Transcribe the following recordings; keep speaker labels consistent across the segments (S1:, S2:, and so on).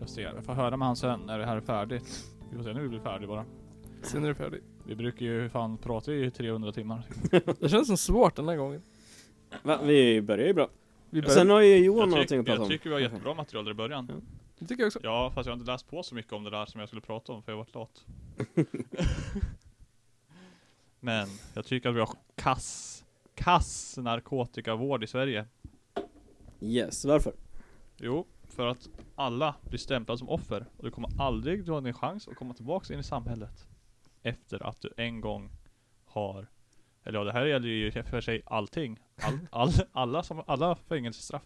S1: Jag ser. Jag får höra med han sen när det här är färdigt. Vi får se när vi blir färdiga bara.
S2: Sen är det färdigt.
S1: Vi brukar ju fan prata i 300 timmar.
S2: Det känns som svårt den här gången.
S3: Va, vi börjar ju bra.
S2: Vi
S3: Och sen har ju Johan
S1: jag,
S3: någonting
S1: tyck,
S3: att prata
S1: jag
S3: om.
S1: tycker vi har jättebra material där i början.
S3: Ja.
S2: Det tycker jag också.
S1: Ja, fast jag har inte läst på så mycket om det där som jag skulle prata om, för jag har varit lat. Men jag tycker att vi har kass, kass narkotikavård i Sverige.
S3: Yes, varför?
S1: Jo, för att alla blir stämplade som offer och du kommer aldrig ha din chans att komma tillbaks in i samhället efter att du en gång har eller ja, det här gäller ju för sig allting. All, all, alla, som, alla fängelsestraff.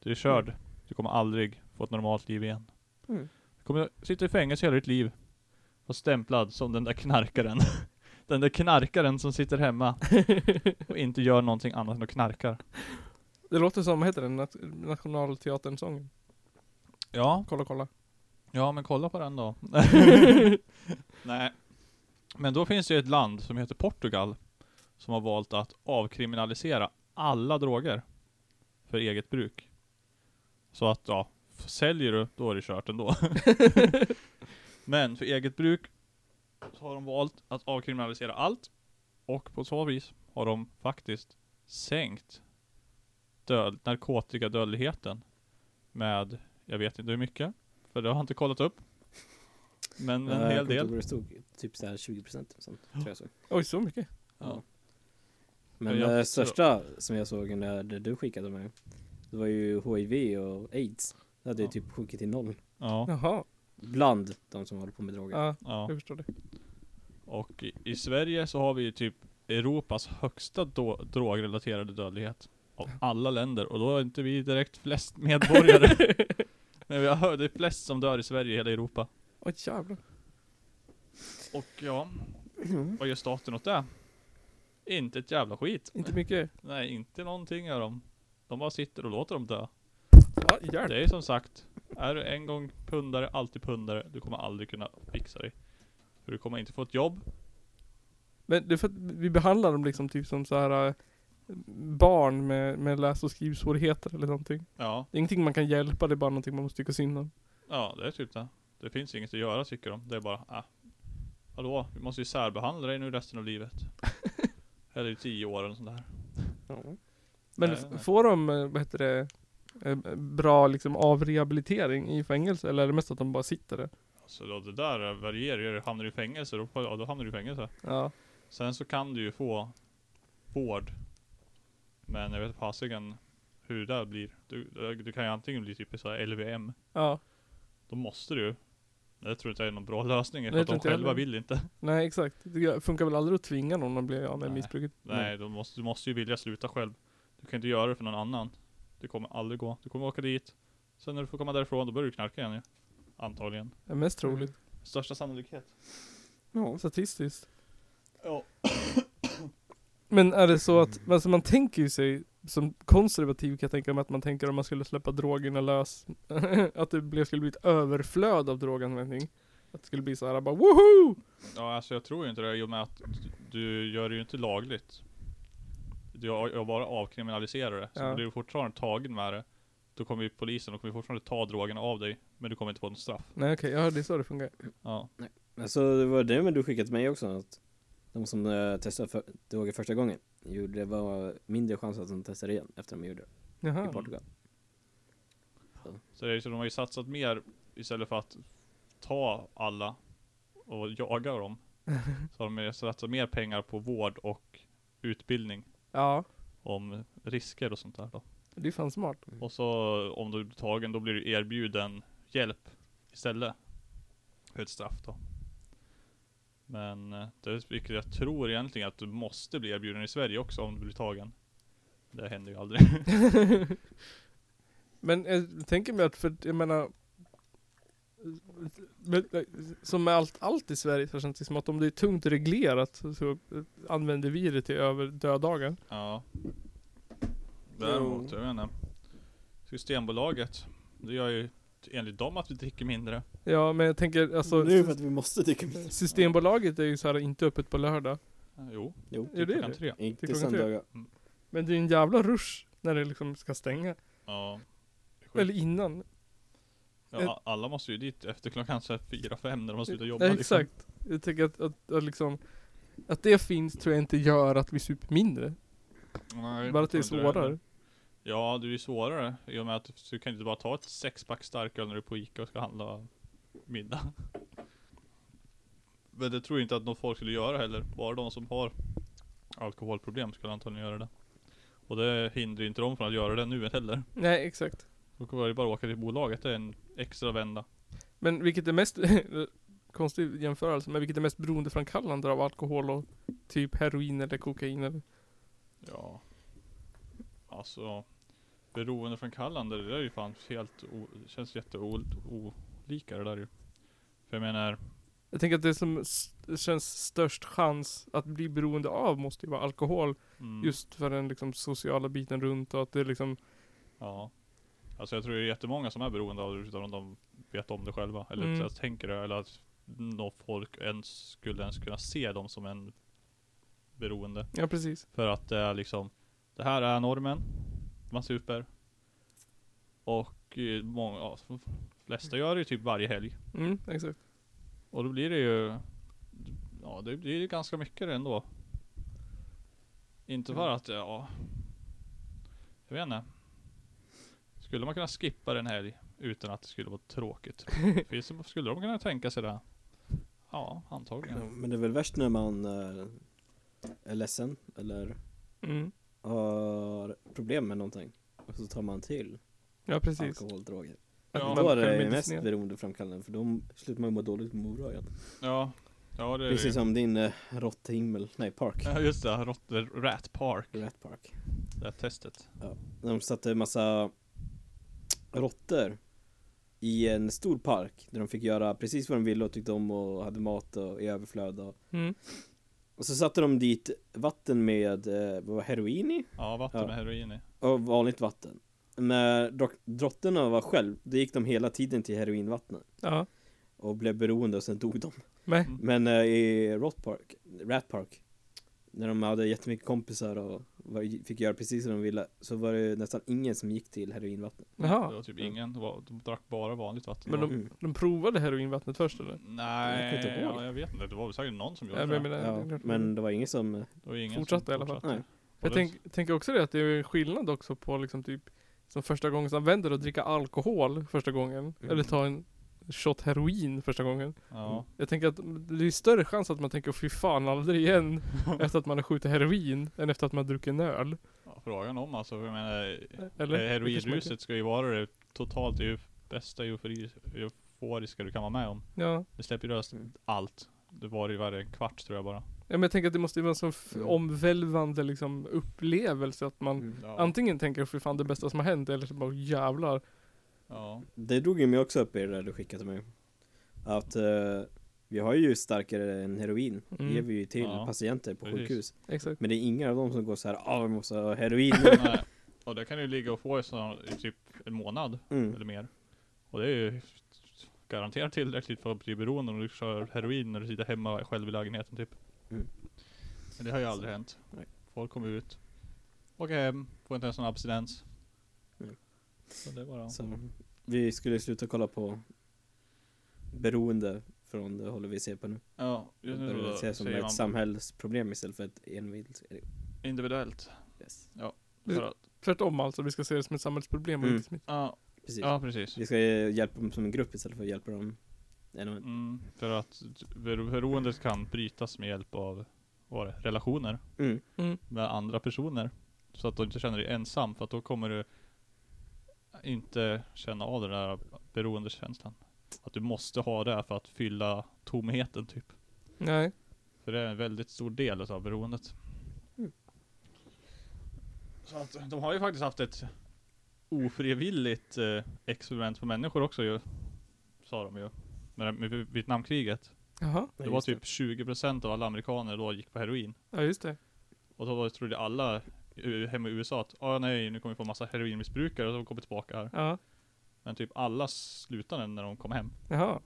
S1: Du är körd. Du kommer aldrig få ett normalt liv igen.
S3: Mm.
S1: Du kommer sitta i fängelse hela ditt liv och stämplad som den där knarkaren. Den där knarkaren som sitter hemma och inte gör någonting annat än att knarkar.
S2: Det låter som, vad heter den, nat nationalteatern-sången?
S1: Ja,
S2: Kolla kolla.
S1: Ja, men kolla på den då. Nej. Men då finns det ju ett land som heter Portugal som har valt att avkriminalisera alla droger för eget bruk. Så att ja, f- säljer du, då är det kört ändå. men för eget bruk så har de valt att avkriminalisera allt och på så vis har de faktiskt sänkt död, narkotikadödligheten med, jag vet inte hur mycket, för det har jag inte kollat upp. Men en hel del.
S3: Det Eh, stod typ såhär 20% sånt, tror jag såg.
S2: Oj, så mycket?
S1: Ja.
S3: Men
S1: Jag
S3: det
S1: tror-
S3: största som jag såg när det du skickade mig Det var ju HIV och AIDS Det hade ju
S1: Ja.
S3: typ sjunkit till noll
S1: Ja,
S2: Jaha,
S3: Bland de som håller på med droger
S2: ja,
S1: ja.
S2: jag förstår det.
S1: Och i, i Sverige så har vi ju typ Europas högsta då, drogrelaterade dödlighet av alla länder och då är inte vi direkt flest medborgare. Men vi har hört det är flest som dör i Sverige i hela Europa.
S2: Oj jävlar.
S1: Och ja,
S2: Mm.
S1: vad gör staten åt det? Inte ett jävla skit.
S2: Inte mycket.
S1: Nej, inte någonting gör de. De bara sitter och låter dem dö.
S2: Ja, hjälp.
S1: Det är som sagt, är du en gång pundare, alltid pundare. Du kommer aldrig kunna fixa dig. För du kommer inte få ett jobb.
S2: Men det är för att vi behandlar dem liksom typ som så här eh, barn med, med läs och skrivsvårigheter eller någonting.
S1: Ja,
S2: Det är ingenting man kan hjälpa, det är bara någonting man måste tycka synd om.
S1: Ja, det är typ det. Det finns inget att göra tycker de. Det är bara, ah. Hallå, vi måste ju särbehandla dig nu resten av livet. Eller i tio år eller sånt där.
S2: Men
S1: Nej,
S2: f-
S1: nej.
S2: får de, eh, vad heter det, eh, bra liksom avrehabilitering i fängelse? Eller är det mest att de bara sitter där?
S1: Så Alltså, då, det där varierar ju. Hamnar du i fängelse, då, får- ja, då hamnar du i fängelse.
S2: Ja.
S1: Sen så kan du ju få vård. Men jag vet fasiken hur det där blir. Du, du kan ju antingen bli typ så här LVM.
S2: Ja.
S1: Då måste du. Jag tror inte det är någon bra lösning, för
S2: Nej,
S1: att de
S2: inte jag
S1: själva
S2: heller.
S1: vill inte.
S2: Nej exakt. Det funkar väl aldrig att tvinga någon att bli av med
S1: Nej.
S2: missbruket?
S1: Nej, du måste, du måste ju vilja sluta själv. Du kan inte göra det för någon annan. Det kommer aldrig gå. Du kommer åka dit. Sen när du får komma därifrån, då börjar du knarka igen ju. Antagligen.
S2: Det är mest troligt.
S1: Största sannolikhet.
S3: Ja.
S2: Statistiskt.
S1: Ja.
S2: Men är det så att, alltså man tänker ju sig, som konservativ kan jag tänka mig att man tänker om man skulle släppa drogerna lös, att det blev, skulle bli ett överflöd av droganvändning. Att det skulle bli så här bara woho!
S1: Ja, alltså jag tror ju inte det i och med att du gör det ju inte lagligt. Du har jag bara avkriminaliserar det. Så
S2: Ja.
S1: blir du fortfarande tagen med det, då kommer ju polisen och kommer fortfarande ta drogerna av dig. Men du kommer inte få något straff.
S2: Nej okej, ja det är så det funkar.
S1: Ja.
S3: Alltså det var det men du skickade till mig också att De som eh, testade för, droger första gången Gjorde det var mindre chans att de testade igen efter de gjorde det
S1: Ah.
S3: i
S2: Jaha.
S3: Portugal
S1: Så det är, ju så de har ju satsat mer istället för att ta alla och jaga dem. Så har de ju satsat mer pengar på vård och utbildning
S2: Ja,
S1: om risker och sånt där då.
S2: det är fan smart.
S1: Och så om du blir tagen då blir du erbjuden hjälp istället. För ett straff då. Men eh, det är, vilket jag tror egentligen att du måste bli erbjuden i Sverige också om du blir tagen. Det händer ju aldrig.
S2: Men jag tänker mig att, för jag menar men, eh, som med allt, allt i Sverige så känns det som att om det är tungt reglerat så- så eh, använder vi det till över döddagar.
S1: Ja. Däremot, jag vet inte. Systembolaget, det gör ju enligt dem att vi dricker mindre.
S2: Ja, men jag tänker alltså
S3: det är ju för att vi måste dricka mer.
S2: Systembolaget är ju så här inte öppet på lördag.
S1: Eh, Jo,
S3: Jo,
S2: Är det
S1: klockan
S2: det?
S1: tre.
S2: till
S3: inte
S2: klockan
S3: söndagar.
S2: Men det är en jävla rush när det liksom ska stänga.
S1: Ja. Sjukt.
S2: Eller innan.
S1: ja. a- Alla måste ju dit efter klockan så här fyra, fem när de har slutat jobba. liksom.
S2: Ja, exakt. Jag tänker att, att, att liksom att det finns tror jag inte gör att vi super mindre.
S1: Liksom. Nej,
S2: Bara att det är
S1: jag tror inte
S2: svårare.
S1: Ja, det är ju svårare i och med att du kan inte bara ta ett sexpack starköl när du är på Ica och ska handla middag. Men det tror jag inte att någon folk skulle göra heller. Bara de som har alkoholproblem skulle antagligen göra det. Och det hindrar ju inte dem från att göra det nu heller.
S2: Nej, exakt.
S1: Då kan ju bara åka till bolaget, det är en extra vända.
S2: Men vilket är mest konstig jämförelse, men vilket är mest beroendeframkallande av alkohol och typ heroin eller kokain eller?
S1: Ja. Alltså, beroende från kallande, det där är ju fan helt, o- känns jätteolika det där ju. För jag menar,
S2: Jag tänker att det som s- känns störst chans att bli beroende av måste ju vara alkohol.
S1: mm,
S2: Just för den liksom sociala biten runt och att det liksom
S1: Ja. Alltså jag tror det är jättemånga som är beroende av det utan att de vet om det själva. Eller
S2: Mm.
S1: mm. att tänker det. Eller att någon folk ens skulle ens kunna se dem som en beroende.
S2: Ja precis
S1: För att det är liksom Det här är normen. Man super. Och eh, många, ja, de flesta gör det ju typ varje helg.
S2: Mm, exakt
S1: Och då blir det ju Ja det blir ju ganska mycket det ändå. Inte för att ja Jag vet inte. Skulle man kunna skippa den helg utan att det skulle vara tråkigt? Finns det, skulle de kunna tänka sig det? Ja,
S3: Ja,
S1: antagligen.
S3: men det är väl värst när man eh, är ledsen eller
S2: mm.
S3: har problem med någonting. Och så tar man till
S2: Ja precis
S3: alkoholdroger.
S2: Att
S1: Ja.
S2: man
S3: Då är
S2: kan
S3: det mest
S2: medicinera.
S3: beroendeframkallande för då slutar man ju må dåligt på moragen.
S1: Ja, ja det är
S3: Precis
S1: det.
S3: som din uh, råtthimmel, nej park.
S1: Ja, just det, Rotter, Rat Park.
S3: Rat Park.
S1: Det här testet.
S3: När de satte en massa råttor i en stor park där de fick göra precis vad de ville och tyckte om och hade mat och i överflöd och,
S2: mm.
S3: och så satte de dit vatten med eh, vad var heroin i
S1: Ja, vatten
S3: Ja.
S1: med heroin i.
S3: och vanligt vatten. När dro- drotterna var själv, då gick de hela tiden till heroinvattnet
S2: Ja
S3: och blev beroende och sen dog de.
S2: Nej
S1: Mm.
S3: Men eh, i Rat Park, Rat Park När de hade jättemycket kompisar och var, fick göra precis som de ville Så var det nästan ingen som gick till heroinvattnet
S1: Det
S2: Jaha
S1: var typ ingen, det var- de drack bara vanligt vatten.
S2: Men
S1: Det
S2: de-
S1: var-
S2: De provade heroinvattnet först eller?
S1: Nej,
S3: Jag
S1: jag,
S3: kommer inte ihåg.
S1: ja, jag vet inte. Det var väl säkert någon som gjorde
S2: Ja,
S1: det.
S2: men, men,
S3: ja, Men det var ingen som, eh,
S1: det var ingen som
S2: Fortsatte i alla fall.
S1: fortsatte.
S3: Nej.
S1: Och
S2: Jag
S1: det-
S2: tänk, tänker också det att det är en skillnad också på liksom typ Som första gången som vänder att dricka alkohol första gången
S3: Mm.
S2: Eller ta en shot heroin första gången
S1: Ja.
S2: Jag tänker att det är större chans att man tänker fy fan aldrig igen Efter att man har skjutit heroin än efter att man har druckit en öl
S1: ja, frågan om alltså. Jag menar,
S2: Eller?
S1: eh,
S2: Det kanske man kan-
S1: heroinruset ska ju vara det totalt eu- bästa eufori, euforiska du kan vara med om.
S2: Ja
S1: Det släpper ju lös
S3: Mm.
S1: allt. Det var ju varje kvart tror jag bara.
S2: Ja, men jag tänker att det måste ju vara en sån f-
S3: Mm.
S2: omvälvande liksom, upplevelse att man
S1: Ja.
S2: antingen tänker fy fan det bästa som har hänt eller så bara jävlar.
S1: ja.
S3: det drog ju mig också upp i det där du skickade till mig Att eh, vi har ju starkare än heroin
S2: Mm.
S3: Det ger vi ju till
S1: Ja.
S3: patienter på
S1: Precis.
S3: sjukhus
S2: Exakt.
S3: Men det är inga av dem som går så här, ah vi måste ha heroin
S1: Nej. Och eh, det kan ju ligga och få i, sån, i typ en månad
S3: mm.
S1: eller mer. Och det är ju garanterat tillräckligt för att bli beroende om du kör heroin när du sitter hemma själv i lägenheten typ.
S3: Mm.
S1: Men det har ju aldrig hänt.
S3: Nej.
S1: Folk kommer ut, åker hem, får inte ens någon abstinens.
S3: Mm.
S1: Så det var
S3: Så vi skulle sluta kolla på beroende från det hållet vi ser på nu
S1: Ja, just nu
S3: Det
S1: så
S3: ser som
S1: säger
S3: ett
S1: man
S3: samhällsproblem istället för ett enskilt
S1: individuellt.
S3: yes.
S2: Mm.
S1: För att,
S2: Tvärtom alltså, vi ska se det som ett samhällsproblem och
S3: Mm.
S2: inte som ett...
S1: ja,
S3: Precis
S1: ja, precis.
S3: Vi ska eh, hjälpa dem som en grupp istället för att hjälpa dem en och en
S1: Mm, för att bero- beroendet kan brytas med hjälp av vad var det, relationer
S3: mm.
S2: Mm.
S1: med andra personer. Så att du inte känner dig ensam, för att då kommer du inte känna av den där beroendekänslan. Att du måste ha det för att fylla tomheten typ.
S2: Nej.
S1: För det är en väldigt stor del av beroendet.
S3: Mm.
S1: Så att, de har ju faktiskt haft ett ofrivilligt eh, experiment på människor också ju. Sa de ju. Med, med Vietnamkriget.
S2: Jaha.
S1: det var typ 20% av alla amerikaner då gick på heroin.
S2: Ja just det.
S1: Och då var- trodde alla u- hemma i USA att ah, nej, nu kommer vi få massa heroinmissbrukare som kommer tillbaka här.
S2: Ja.
S1: Men typ alla slutade när de kom hem.
S2: Jaha.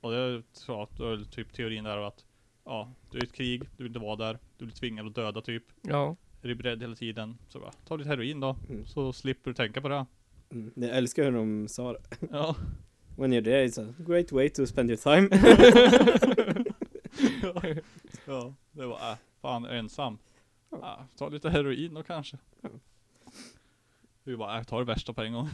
S1: Och det ja, då är det typ teorin där att ja, det är ett krig, du vill inte vara där, du blir tvingad att döda typ.
S2: Ja.
S1: Är du beredd hela tiden? Så bara, ta lite heroin då,
S3: Mm.
S1: så slipper du tänka på det.
S3: Mm. Jag älskar hur de sa det.
S1: Ja,
S3: When you're there it's a great way to spend your time.
S1: ja det var, äh, fan jag är ensam. Ah, ta lite heroin då kanske. Vi bara, äh, ta det värsta på en gång.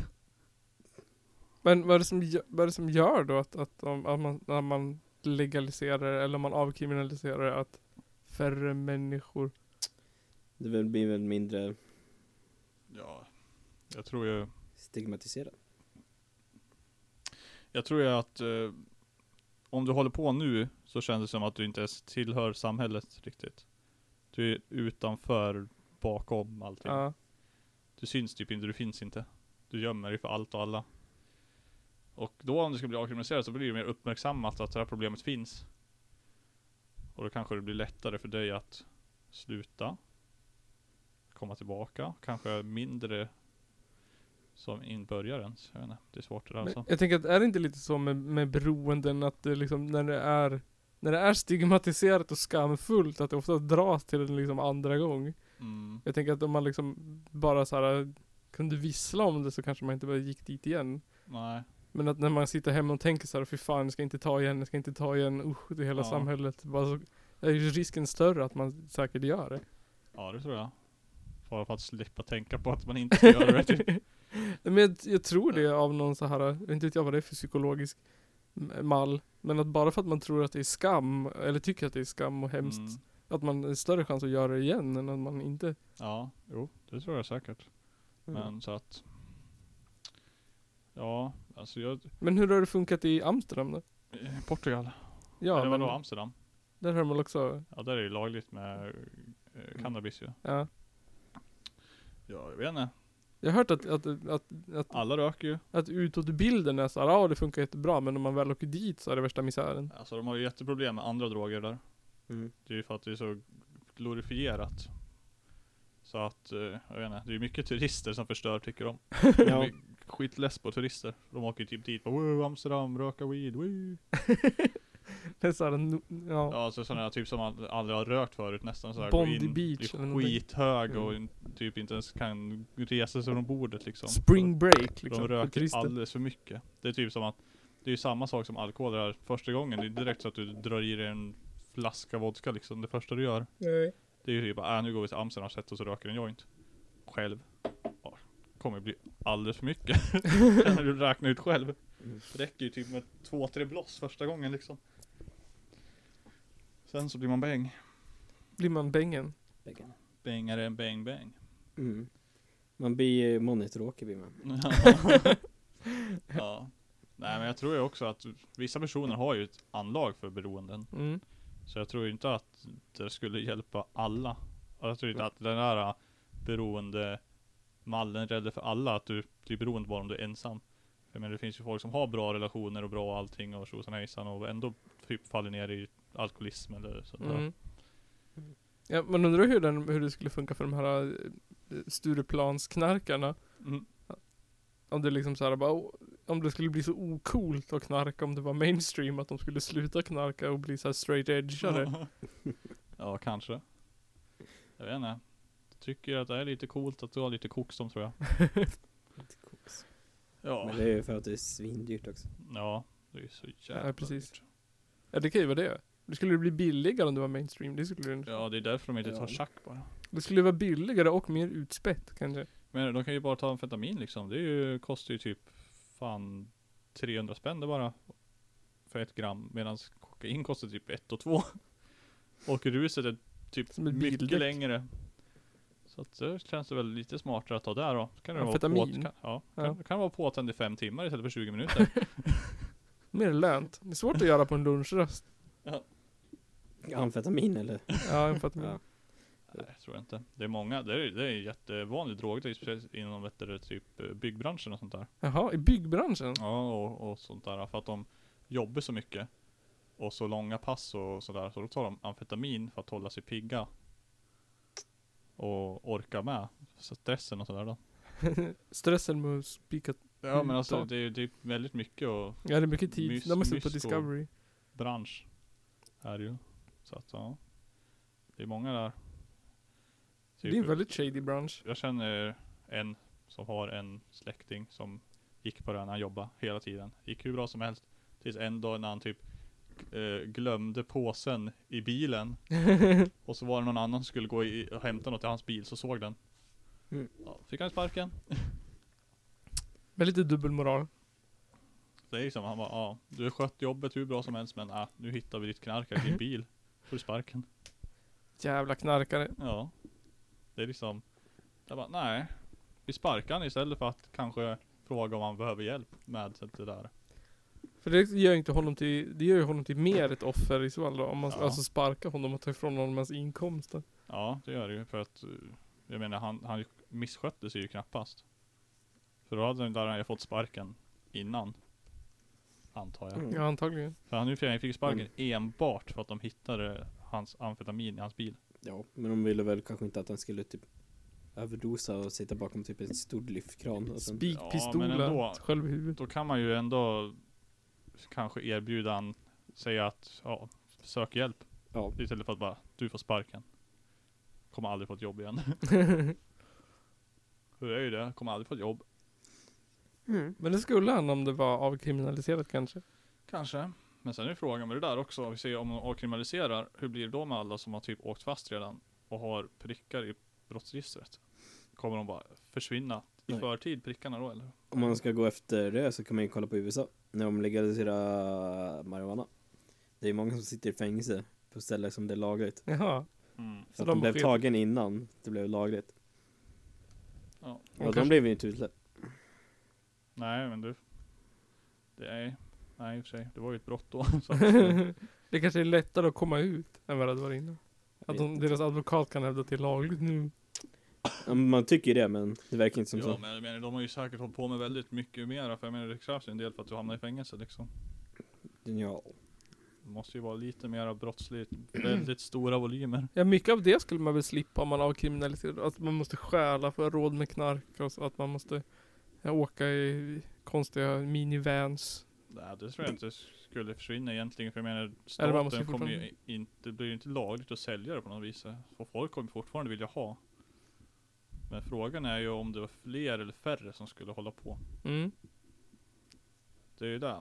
S2: Men vad är det som, gö- vad är det som gör då att, att, om, att man, när man legaliserar eller om man avkriminaliserar att färre människor
S3: Det väl- blir väl mindre
S1: Ja, jag tror ju
S3: stigmatiserat.
S1: Jag tror ju att eh, om du håller på nu så känns det som att du inte ens tillhör samhället riktigt. Du är utanför, bakom allting.
S2: Ja.
S1: Du syns typ inte, du finns inte. Du gömmer dig för allt och alla. Och då om du ska bli avkriminaliserad så blir det mer uppmärksammat att det här problemet finns. Och då kanske det blir lättare för dig att sluta. Komma tillbaka, kanske mindre som inbörjare ens. Jag vet inte, det är svårt det där alltså.
S2: Men jag tänker att är det inte lite så med, med beroenden att det liksom när det är när det är stigmatiserat och skamfullt att det ofta dras till en liksom andra gång.
S1: Mm.
S2: Jag tänker att om man liksom bara så här kunde vissla om det så kanske man inte bara gick dit igen.
S1: Nej.
S2: Men att när man sitter hemma och tänker så här, fy fan jag ska inte ta igen, jag ska inte ta igen, usch det är hela
S1: Ja.
S2: samhället. Bara så, är ju risken större att man säkert gör det.
S1: Ja, det tror jag. Bara för att slippa tänka på att man inte ska göra det. typ.
S2: Men jag, jag tror det av någon så här, jag vet inte vet jag vad det är för psykologisk m- mall. Men att bara för att man tror att det är skam, eller tycker att det är skam och hemskt,
S1: Mm.
S2: att man har större chans att göra det igen än att man inte.
S1: Ja, jo, det tror jag säkert.
S2: Mm.
S1: Men så att... Ja, alltså jag...
S2: Men hur har det funkat i Amsterdam då?
S1: eh, Portugal.
S2: Ja,
S1: Eller
S2: men
S1: vadå, Amsterdam?
S2: där har man också,
S1: Ja, där är det ju lagligt med
S2: Mm.
S1: eh, cannabis ju.
S2: ja.
S1: Ja, jag vet inte.
S2: Jag har hört att, att, att, att,
S1: Alla röker ju.
S2: att utåtbilden är såhär, ja det funkar jättebra men om man väl åker dit så är det värsta misären.
S1: Alltså de har ju jätteproblem med andra droger där.
S3: Mm.
S1: Det är ju för att det är så glorifierat. Så att, eh, jag vet inte. Det är ju mycket turister som förstör tycker de. De
S3: Ja.
S1: är skitless på turister. De åker ju typ dit och wow, Amsterdam, röka weed, woo.
S2: Det är såhär, no- ja.
S1: Ja, alltså sådana här typ som man aldrig har rökt förut nästan sådär.
S2: Bondi
S1: Gå in,
S2: Beach
S1: blir
S2: eller någonting.
S1: skithög
S2: Mm.
S1: och in- typ inte ens kan resa sig från bordet liksom.
S2: Spring break
S1: de,
S2: liksom.
S1: de
S2: för
S1: röker
S2: turister.
S1: alldeles för mycket. Det är typ som att Det är ju samma sak som alkohol där första gången. Det är direkt så att du drar i dig en flaska vodka liksom det första du gör.
S2: Nej.
S1: Det är ju typ bara, äh, nu går vi till Amsterdam och sätter oss och röker en joint. Själv. Ja, kommer bli alldeles för mycket. kan du räkna ut själv. Det räcker ju typ med två, tre bloss första gången liksom. Sen så blir man bäng.
S2: Blir man bängen?
S1: Bängare än bäng bäng.
S3: Mm. Man blir eh, monitoråker blir man.
S1: ja. Nej men jag tror ju också att vissa personer har ju ett anlag för beroenden.
S2: Mm.
S1: Så jag tror ju inte att det skulle hjälpa alla. Och jag tror inte att den där beroende mallen gäller för alla, att du blir beroende bara om du är ensam. Jag menar det finns ju folk som har bra relationer och bra allting och tjosan hejsan och ändå typ faller ner i alkoholism eller sådär.
S2: Mm. Ja, man undrar hur, den, hur det skulle funka för de här eh, Stureplansknarkarna.
S1: Mm.
S2: Om det liksom så här bara, "Åh", om det skulle bli så ocoolt att knarka om det var mainstream att de skulle sluta knarka och bli så här straight edgeare.
S1: ja, kanske. Jag vet inte. Tycker att det är lite coolt att du har lite koks som tror jag. Ja.
S3: Men det är ju för att det är svindyrt också.
S1: Ja, det är ju så jävla
S2: Ja, precis.
S1: dyrt.
S2: Ja det kan ju vara det. Det skulle bli billigare om det var mainstream. Det skulle, det-
S1: Ja, det är därför de inte tar
S3: Ja.
S1: schack bara.
S2: det skulle vara billigare och mer utspätt kanske.
S1: Men de kan ju bara ta amfetamin liksom. Det är ju, kostar ju typ fan 300 spänn det bara. För ett gram. Medan kokain kostar typ ett och två. Och ruset är typ
S2: Som ett
S1: mycket
S2: bildäck.
S1: längre. Så att det känns det väl lite smartare att ta där då. Kan det Vara
S2: Amfetamin?
S1: påt, kan, ja,
S2: Ja.
S1: Kan, kan det vara påtänd i fem timmar istället för 20 minuter.
S2: Mer lönt. Det är svårt att göra på en lunchrast.
S3: Amfetamin eller?
S2: Ja, jag fattar.
S3: Ja.
S1: Nej, jag tror inte. Det är många, det är, det är en jättevanlig drog, det är speciellt inom vet du, typ eh, byggbranschen och sånt där.
S2: Jaha, i byggbranschen?
S1: Ja, och, och sånt där. För att de jobbar så mycket. Och så långa pass och sådär. Så då tar de amfetamin för att hålla sig pigga. Och orka med stressen och sådär då.
S2: Stressen med att spika...
S1: Ja men alltså
S2: Mm,
S1: det är ju det är väldigt mycket och
S2: Ja, det är mycket tid.
S1: Mys-
S2: De har sett på
S1: mysko. typ.
S2: Discovery.
S1: bransch. Är det ju. Så att ja. Det är många där.
S2: Det är en väldigt shady bransch.
S1: Jag känner en som har en släkting som gick på det här när han jobbade hela tiden. Gick hur bra som helst. Tills en dag när han typ eh, glömde påsen i bilen. och så var det någon annan som skulle gå i, och hämta något i hans bil, så såg den.
S3: Mm.
S1: Ja, fick han sparken.
S2: Med lite dubbelmoral.
S1: Det är liksom, han bara ja, du har skött jobbet hur bra som helst men äh, nu hittar vi ditt knark i din bil. Får du sparken.
S2: Jävla knarkare.
S1: Ja. Det är liksom, jag bara nej. Vi sparkar han istället för att kanske fråga om han behöver hjälp med det där.
S2: För det gör ju inte honom till, det gör ju honom till mer ett offer i så fall då, om man
S1: Ja.
S2: alltså sparkar honom och tar ifrån honom hans inkomster.
S1: Ja, det gör det ju för att eh, Jag menar han, han misskötte sig ju knappast För då hade den där han fått sparken innan Antar jag
S3: Mm.
S2: Ja, antagligen.
S1: För han, han fick sparken enbart för att de hittade hans amfetamin i hans bil
S3: Ja, men de ville väl kanske inte att han skulle typ överdosa och sitta bakom typ en stor lyftkran och sen...
S1: Ja,
S2: Spikpistolen,
S1: men ändå.
S2: själv i huvudet.
S1: Då kan man ju ändå Kanske erbjuda han Säga att ja, sök hjälp
S3: Ja,
S1: Istället för att bara du får sparken Kommer aldrig få ett jobb igen Hur är ju det, kommer aldrig få ett jobb Mm.
S2: Men det skulle han om det var avkriminaliserat kanske.
S1: Kanske. Men sen är frågan med det där också, vi ser om de avkriminaliserar, hur blir det då med alla som har typ åkt fast redan och har prickar i brottsregistret? Kommer de bara försvinna i
S3: Nej.
S1: förtid, prickarna då eller?
S3: om man ska gå efter det så kan man ju kolla på USA när de legaliserar marijuana. Det är ju många som sitter i fängelse på ställen som det är lagligt.
S2: Jaha.
S1: Mm.
S3: För
S2: de
S3: att de blev
S2: sker-
S3: tagen innan det blev lagligt.
S1: Ja.
S3: Ja,
S2: kanske-
S3: de blev ju inte utsläppta.
S1: Nej men du. Det är, nej i och för sig, det var ju ett brott då. Så att, eh,
S2: det kanske är lättare att komma ut än vad det hade varit innan. Att
S3: Vet
S2: de, deras advokat kan hävda att det är lagligt nu.
S3: Ja, men Man tycker ju det men det verkar inte som
S1: ja
S3: så.
S1: men jag menar, de har ju säkert hållit på med väldigt mycket mera, för jag menar det krävs ju en del för att du hamnar i fängelse liksom.
S3: Ja.
S1: Det måste ju vara lite mera brottsligt, väldigt stora volymer.
S2: Ja, mycket av det skulle man väl slippa om man avkriminaliserar. Att man måste stjäla för att ha råd med knark och så, att man måste ja, åka i konstiga minivans.
S1: Nej det tror jag inte skulle försvinna egentligen för jag menar
S2: Eller man måste
S1: staten kommer ju
S2: fortfarande-
S1: inte, det blir ju inte lagligt att sälja det på något vis. För folk kommer fortfarande vilja ha. Men frågan är ju om det var fler eller färre som skulle hålla på.
S2: Mm.
S1: Det är ju det.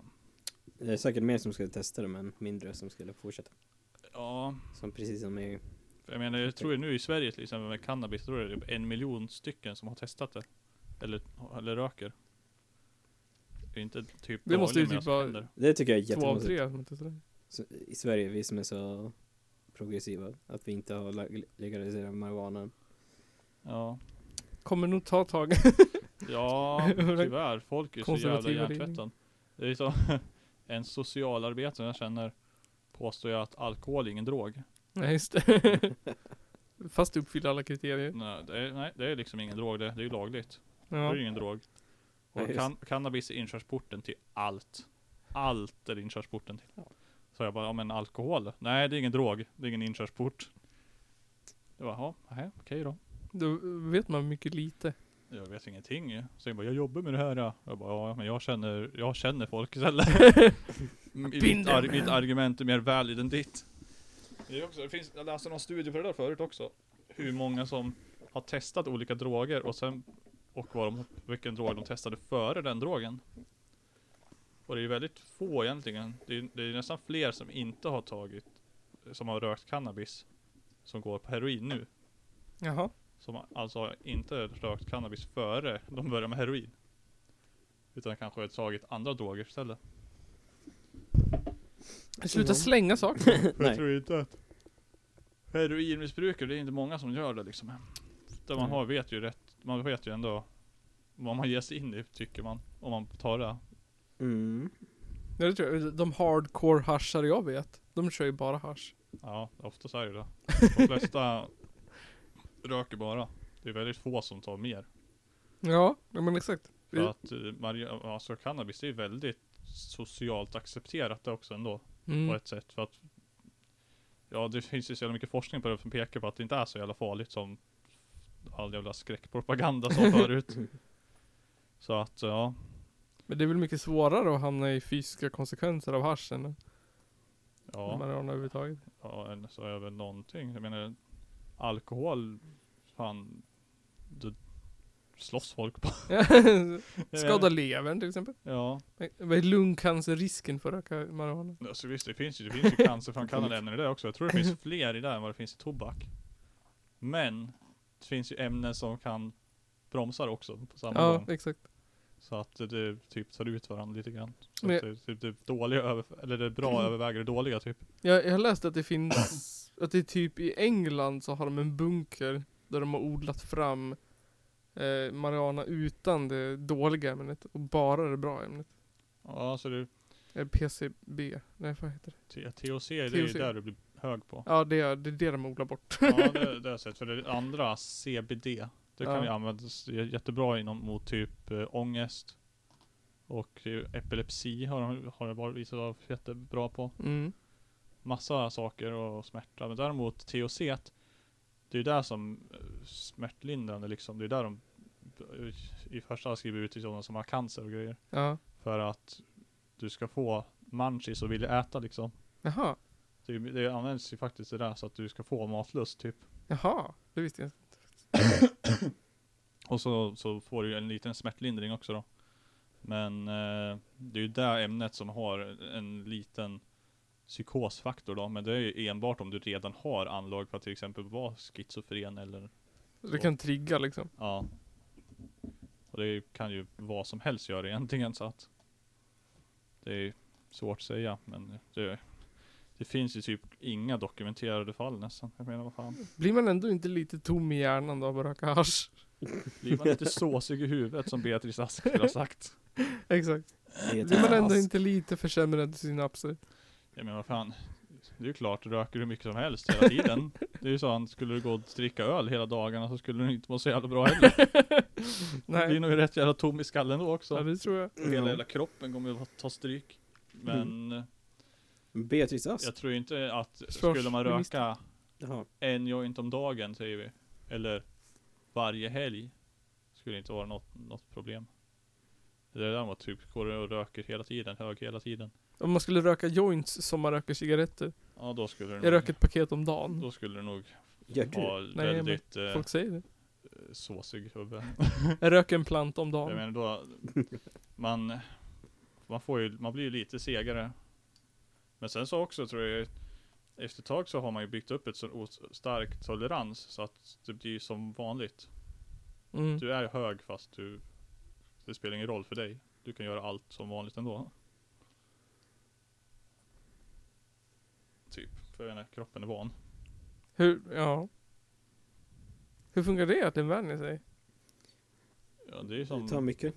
S3: Det är säkert mer som skulle testa det men mindre som skulle fortsätta.
S1: Ja,
S3: Som precis som EU.
S1: för jag menar jag tror ju nu i Sverige till exempel med cannabis, tror jag det är typ en miljon stycken som har testat det. Eller, eller röker. Det är inte typ
S2: Det måste ju
S1: dagligen,
S2: typ
S1: men alltså
S2: vara-
S1: händer.
S3: Det tycker jag är
S2: Två av
S3: jättekonstigt.
S2: tre. som inte sådär.
S3: Så I Sverige, vi som är så progressiva, att vi inte har lag- legaliserat marijuana.
S1: Ja.
S2: Kommer nog ta tag.
S1: Ja, tyvärr. Folk är så jävla
S2: Konservativa
S1: hjärntvättade. Det är så, en socialarbetare jag känner påstår jag att alkohol är ingen drog.
S2: Nej, just det. Fast uppfyller alla kriterier.
S1: Nej, det är, nej, det är liksom ingen drog det. Det är ju lagligt. Det är
S2: Ja.
S1: ju ingen drog.
S3: Nej,
S1: Och
S3: just.
S1: can, cannabis är inkörsporten till allt. Allt är inkörsporten till. Så jag bara, ja men alkohol? Nej, det är ingen drog. Det är ingen inkörsport. Jag bara, ja, nej, okej då.
S2: Då vet man mycket lite.
S1: Jag vet ingenting ju. Så jag bara, jag jobbar med det här. ja. Jag bara, ja men jag känner, jag känner folk istället. Mm, mitt,
S2: Binder
S1: ar-
S2: man.
S1: mitt argument är mer valid än ditt. Det är också, det finns, jag läste någon studie på det där förut också. Hur många som har testat olika droger och sen och vad de, vilken drog de testade före den drogen. Och det är ju väldigt få egentligen. Det är, det är nästan fler som inte har tagit, som har rökt cannabis, som går på heroin nu.
S2: Jaha.
S1: Som alltså inte rökt cannabis före de började med heroin. Utan kanske tagit andra droger istället.
S2: Sluta
S3: Mm.
S2: slänga saker.
S1: Jag
S3: Nej.
S1: tror inte att heroinmissbrukare, det är inte många som gör det liksom. Där man
S3: Nej.
S1: har, vet ju rätt, man vet ju ändå vad man ger sig in i tycker man. Om man tar det.
S3: Mm.
S2: Ja, det tror jag. De hardcore haschare jag vet, de kör ju bara hasch.
S1: Ja, oftast är det ju det. De flesta röker bara. Det är väldigt få som tar mer.
S2: Ja, ja men exakt.
S1: För att eh, marja- alltså cannabis det är ju väldigt socialt accepterat det också ändå. På
S2: Mm.
S1: ett sätt. För att Ja det finns ju så jävla mycket forskning på det som pekar på att det inte är så jävla farligt som all jävla skräckpropaganda sa förut. så att ja.
S2: Men det är väl mycket svårare att hamna i fysiska konsekvenser av hasch än
S1: Ja.
S2: marijuana överhuvudtaget.
S1: Ja, en, så över någonting. Jag menar, alkohol, fan, det slåss folk på. Jag
S2: Skada
S1: menar,
S2: levern till exempel.
S1: Ja,
S2: Vad är lungcancerrisken för att röka marijuana?
S1: alltså visst det finns ju, det finns ju cancerframkallande ämnen i det också. Jag tror det finns fler i det än vad det finns i tobak. Men, det finns ju ämnen som kan bromsa det också på samma
S2: Ja,
S1: gång.
S2: exakt.
S1: Så att det, det typ tar ut varandra lite grann. Så
S2: Men- Mm.
S1: att det, typ det dåliga över, eller det bra överväger det dåliga typ.
S2: Jag, jag har läst att det finns, att det är typ i England så har de en bunker där de har odlat fram eh, marijuana utan det dåliga ämnet och bara det bra ämnet.
S1: Ja, så det,
S2: Eh, PCB, nej vad heter det?
S1: T- THC, det är ju
S2: THC.
S1: där du blir hög på.
S2: Ja det är det, är det de odlar bort.
S1: Ja, det, det har jag sett. För det andra, CBD, det kan
S2: Ja.
S1: ju användas j- jättebra inom mot typ äh, ångest och eh, epilepsi har de, har de varit visat vara jättebra på.
S2: Mm.
S1: Massa saker och smärta. Men däremot THC, det är ju där som eh, smärtlindrande liksom, det är där de eh, i första hand skriver ut till sådana som har cancer och grejer.
S2: Ja.
S1: För att du ska få munchies och vilja äta liksom.
S2: Jaha.
S1: Det, det används ju faktiskt i det där så att du ska få matlust typ.
S2: Jaha. Det visste jag inte.
S1: Och så, så får du ju en liten smärtlindring också då. Men eh, det är ju det ämnet som har en liten psykosfaktor då. Men det är ju enbart om du redan har anlag för att till exempel vara schizofren eller
S2: Det kan trigga liksom.
S1: ja. Och det kan ju vad som helst göra egentligen så att det är svårt att säga men det, det finns ju typ inga dokumenterade fall nästan. Jag menar vad fan.
S2: Blir man ändå inte lite tom i hjärnan då av att röka hasch?
S1: Blir man inte såsig i huvudet som Beatrice Ask skulle ha sagt.
S2: Exakt.
S3: Det heter
S2: Blir man ändå
S3: ask.
S2: inte lite försämrade synapser?
S1: Ja men vad fan. Det är ju klart, röker du mycket som helst hela tiden. Det är ju så han skulle du gå och dricka öl hela dagarna så skulle du inte må så jävla bra heller. Du blir
S2: Nej.
S1: nog rätt jävla tom i skallen då
S2: Ja Mm.
S1: också.
S2: det tror jag.
S1: Hela jävla kroppen kommer ju att ta stryk. Men eh,
S3: Beatrice Ask?
S1: jag tror inte att
S2: Försvars-
S1: skulle man röka
S3: Jaha.
S1: en joint om dagen säger vi. Eller varje helg. Skulle inte vara något, något problem. Det är däremot typ går du och röker hela tiden, hög hela tiden.
S2: Om man skulle röka joints som man röker cigaretter.
S1: Ja då skulle du
S2: Jag
S1: nog,
S2: röker ett paket om dagen.
S1: Mm. då skulle du nog
S3: Gör du
S1: vara
S2: Nej, men
S1: väldigt eh,
S2: Folk säger det.
S1: såsig hubbe.
S2: Jag röker en planta om
S1: Jag
S2: dagen.
S1: menar då, man, man får ju, man blir ju lite segare. Men sen så också tror jag, efter ett tag så har man ju byggt upp ett så os- stark tolerans så att det blir som vanligt.
S2: Mm.
S1: Du är hög fast du, det spelar ingen roll för dig. Du kan göra allt som vanligt ändå. Typ, för jag menar, kroppen är van.
S2: Hur, ja. Hur funkar det att den vänjer sig?
S1: Ja, det är ju
S3: Det tar
S1: som,
S3: mycket.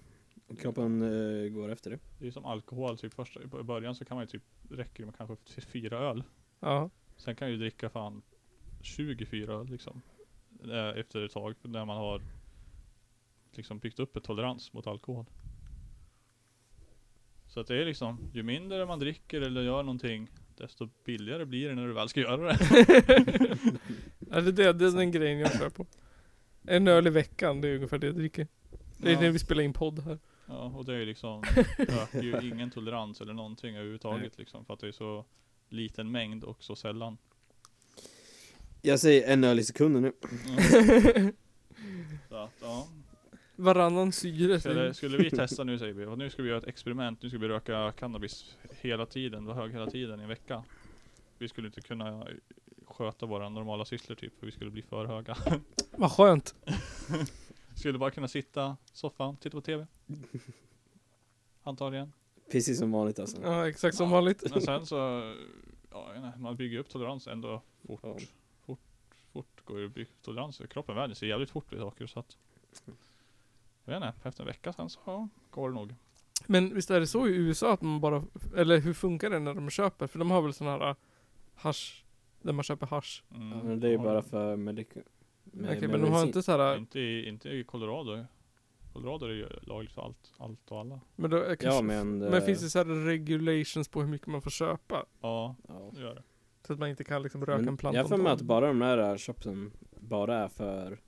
S3: Och kroppen eh, går efter det.
S1: det är som alkohol, typ första, i början så kan man ju typ, räcker det med kanske f- fyra öl.
S2: Ja.
S1: Sen kan jag ju dricka fan 24 öl liksom. eh, Efter ett tag. När man har liksom byggt upp en tolerans mot alkohol. Så att det är liksom, ju mindre man dricker eller gör någonting Desto billigare blir det när du väl ska göra det.
S2: Ja, det, är det, det är den grejen jag kör på. En öl i veckan, det är ungefär det jag dricker. Det är när
S1: Ja,
S2: vi spelar in podd här.
S1: ja och det är ju liksom, ökar ju ingen tolerans eller någonting överhuvudtaget liksom. För att det är så liten mängd och så sällan.
S3: Jag säger en öl i sekunden nu.
S1: Mm. Så att, ja.
S2: Varannan
S1: Skulle,
S2: syre. säger-
S1: skulle vi testa nu säger vi, och nu ska vi göra ett experiment, nu ska vi röka cannabis hela tiden, vara hög hela tiden i en vecka. Vi skulle inte kunna sköta våra normala sysslor typ, för vi skulle bli för höga.
S2: Vad skönt.
S1: Skulle bara kunna sitta i soffan, titta på TV. Antagligen.
S3: Precis som vanligt alltså.
S2: Ja, exakt som
S1: Ja.
S2: vanligt.
S1: Men sen så, ja, jag vet inte, man bygger upp tolerans ändå fort.
S3: Ja.
S1: Fort, fort går ju att bygga upp tolerans. Kroppen vänjer sig jävligt fort vid saker så att. Jag vet inte, efter en vecka sen så ja, går det nog.
S2: Men visst är det så i USA att man bara, eller hur funkar det när de köper? För de har väl sån här äh, hasch, där man köper hasch.
S1: Mm.
S3: Men det är ju bara för medic...
S2: Okej men de har inte så här, äh,
S1: Inte i, inte i Colorado. Colorado är ju lagligt för allt, allt och alla.
S2: men då är kanske,
S3: Ja
S2: men,
S3: men... eh,
S2: finns det så här regulations på hur mycket man får köpa?
S1: Ja,
S3: Ja.
S1: det gör det.
S2: Så att man inte kan liksom röka en
S3: Men
S2: planta
S3: jag har för
S2: om
S3: mig
S2: dagen.
S3: att bara de där shopsen bara är för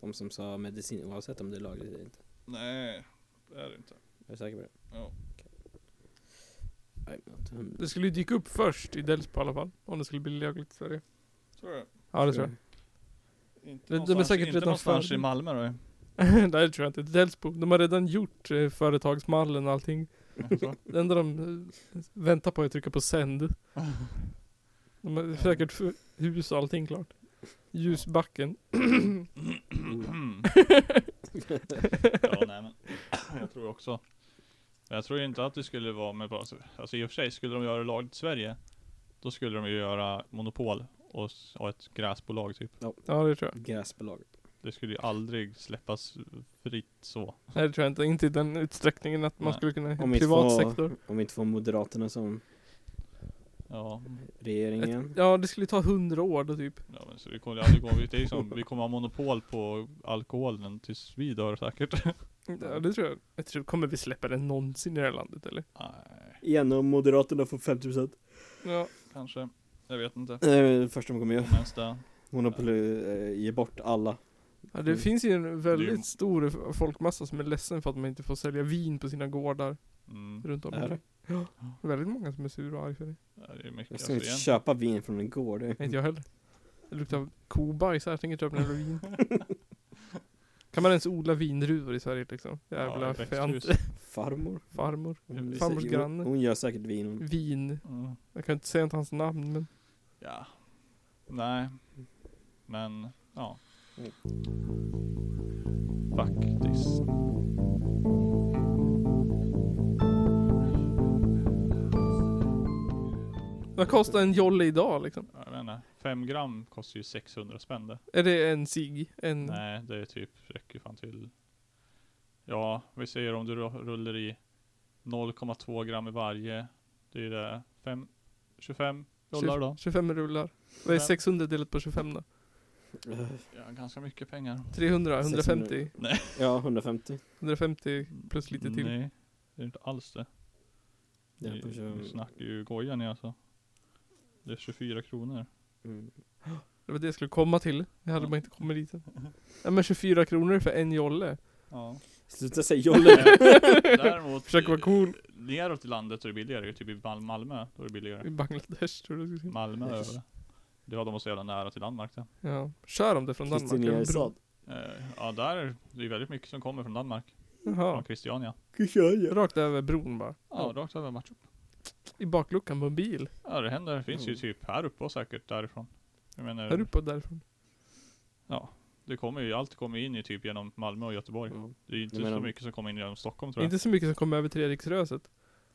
S3: de som sa medicin oavsett om det är lagligt eller inte.
S1: Nej, det är det inte.
S3: Jag är säker på det.
S1: Ja.
S3: Okej. Nej, men att- hmm,
S2: Det skulle ju dyka upp först i Delsbo i alla fall, om det skulle bbli lagligt i Sverige.
S1: Tror du?
S2: Ja det tror
S3: Mm.
S2: jag.
S1: Inte
S2: de är
S1: någonstans-
S2: säkert
S1: inte
S2: redan
S1: någonstans
S2: för-
S1: i Malmö då. eh.
S2: Nej det tror jag inte, Delsbo. De har redan gjort eh, företagsmallen och allting.
S1: Alltså.
S2: Det enda de eh, väntar på är att trycka på sänd. De har säkert f- hus och allting klart. Ljusbacken.
S1: ja, nej, men jag tror också. Men jag tror inte att det skulle vara med bara, alltså i och för sig, skulle de göra det lagligt i Sverige, då skulle de ju göra monopol och s- ha ett gräsbolag typ.
S2: Ja det tror jag.
S3: Gräsbolag.
S1: Det skulle ju aldrig släppas fritt så.
S2: Nej det tror jag inte. Inte i den utsträckningen att man
S1: Nej.
S2: skulle kunna ha
S3: Om
S2: en
S3: vi
S2: privat
S3: får-
S2: sektor.
S3: Om vi inte får Moderaterna som
S1: Ja,
S3: regeringen.
S2: Ja det skulle ta hundra år då typ.
S1: ja men så det kommer ju aldrig gå. Vi, det är liksom, vi kommer ha monopol på alkoholen tills vi dör säkert.
S2: Ja det tror jag. jag tror, kommer vi släppa det någonsin i det här landet eller?
S1: Nej,
S3: Igen om Moderaterna får 50%.
S2: Ja.
S1: kanske. Jag vet inte.
S3: Det är det första de kommer göra.
S1: Om ens det.
S3: Monopol, eh, ge bort alla.
S2: ja det
S3: Mm.
S2: finns ju en
S1: Det är ju-
S2: väldigt stor f- folkmassa som är ledsen för att man inte får sälja vin på sina gårdar
S1: Mm.
S2: runt om. i
S3: Är det?
S2: landet. Ja. Väldigt många som är sura och arga för det.
S1: Ja, Det är
S3: Jag
S1: mycket.
S3: ska
S1: Alltså,
S3: inte
S1: egentligen-
S3: köpa vin från en gård.
S2: Nej, inte jag heller. Det luktar kobajs här, jag tänker köpa några vin. kan man ens odla vindruvor i Sverige liksom? Jävla
S1: Ja,
S2: fänt.
S1: växthus.
S3: Farmor.
S2: Farmor.
S3: Hon,
S2: Farmors
S3: hon,
S2: granne.
S3: hon gör säkert vin. Hon.
S2: Vin.
S1: Mm.
S2: Jag kan inte säga inte hans namn men.
S1: Ja. Nej. Men, ja.
S3: Mm.
S1: Faktiskt.
S2: Vad kostar en jolle idag liksom?
S1: Jag vet inte. Fem gram kostar ju 600 spänn det.
S2: Är det en cigg? En...
S1: Nej, det är typ, räcker ju fan till. Ja, vi säger om du ru- rullar i 0,2 gram i varje. Det är det. Fem, 25 dollar då.
S2: 25 rullar. Vad är
S1: 25?
S2: 600 delat på 25 då?
S3: Eh,
S2: Mm.
S1: Ja, ganska mycket pengar.
S2: 300? 150?
S3: Ja, 150.
S2: 150 Mm. plus lite till.
S1: Nej, det är inte alls det.
S3: Ja,
S1: Ni,
S3: på tjugo-
S1: ni snackar ju goja ni alltså. Det är 24 kronor.
S3: Mm.
S2: Det var det jag skulle komma till. Jag hade
S1: Ja.
S2: man inte kommit dit än. Ja men 24 kronor för en jolle.
S1: Ja. Eh,
S3: Sluta säga jolle.
S1: Däremot,
S2: Försök vara cool.
S1: neråt i landet så är det billigare. Typ i Mal- Malmö, då är det billigare.
S2: I Bangladesh tror jag du skulle säga.
S1: Malmö är det. Det var de så jävla nära till Danmark det.
S2: Ja. Kör de det från Danmark?
S3: Kristin
S2: eller bro?
S3: Järrestad.
S1: Eh, Ja, där är det är väldigt mycket som kommer från Danmark. Från
S2: Jaha.
S1: Christiania.
S2: Rakt över bron bara.
S1: Ja, rakt över matchen.
S2: I bakluckan på en bil.
S1: Ja, det händer. Det finns ju
S3: Mm.
S1: typ här uppe och säkert därifrån. Jag menar,
S2: Här uppe och därifrån.
S1: ja. Det kommer ju, allt kommer in ju typ genom Malmö och Göteborg.
S3: Mm.
S1: Det är ju inte
S3: Jag menar-
S1: så mycket som kommer in genom Stockholm tror jag.
S2: Inte så mycket som kommer över Treriksröset.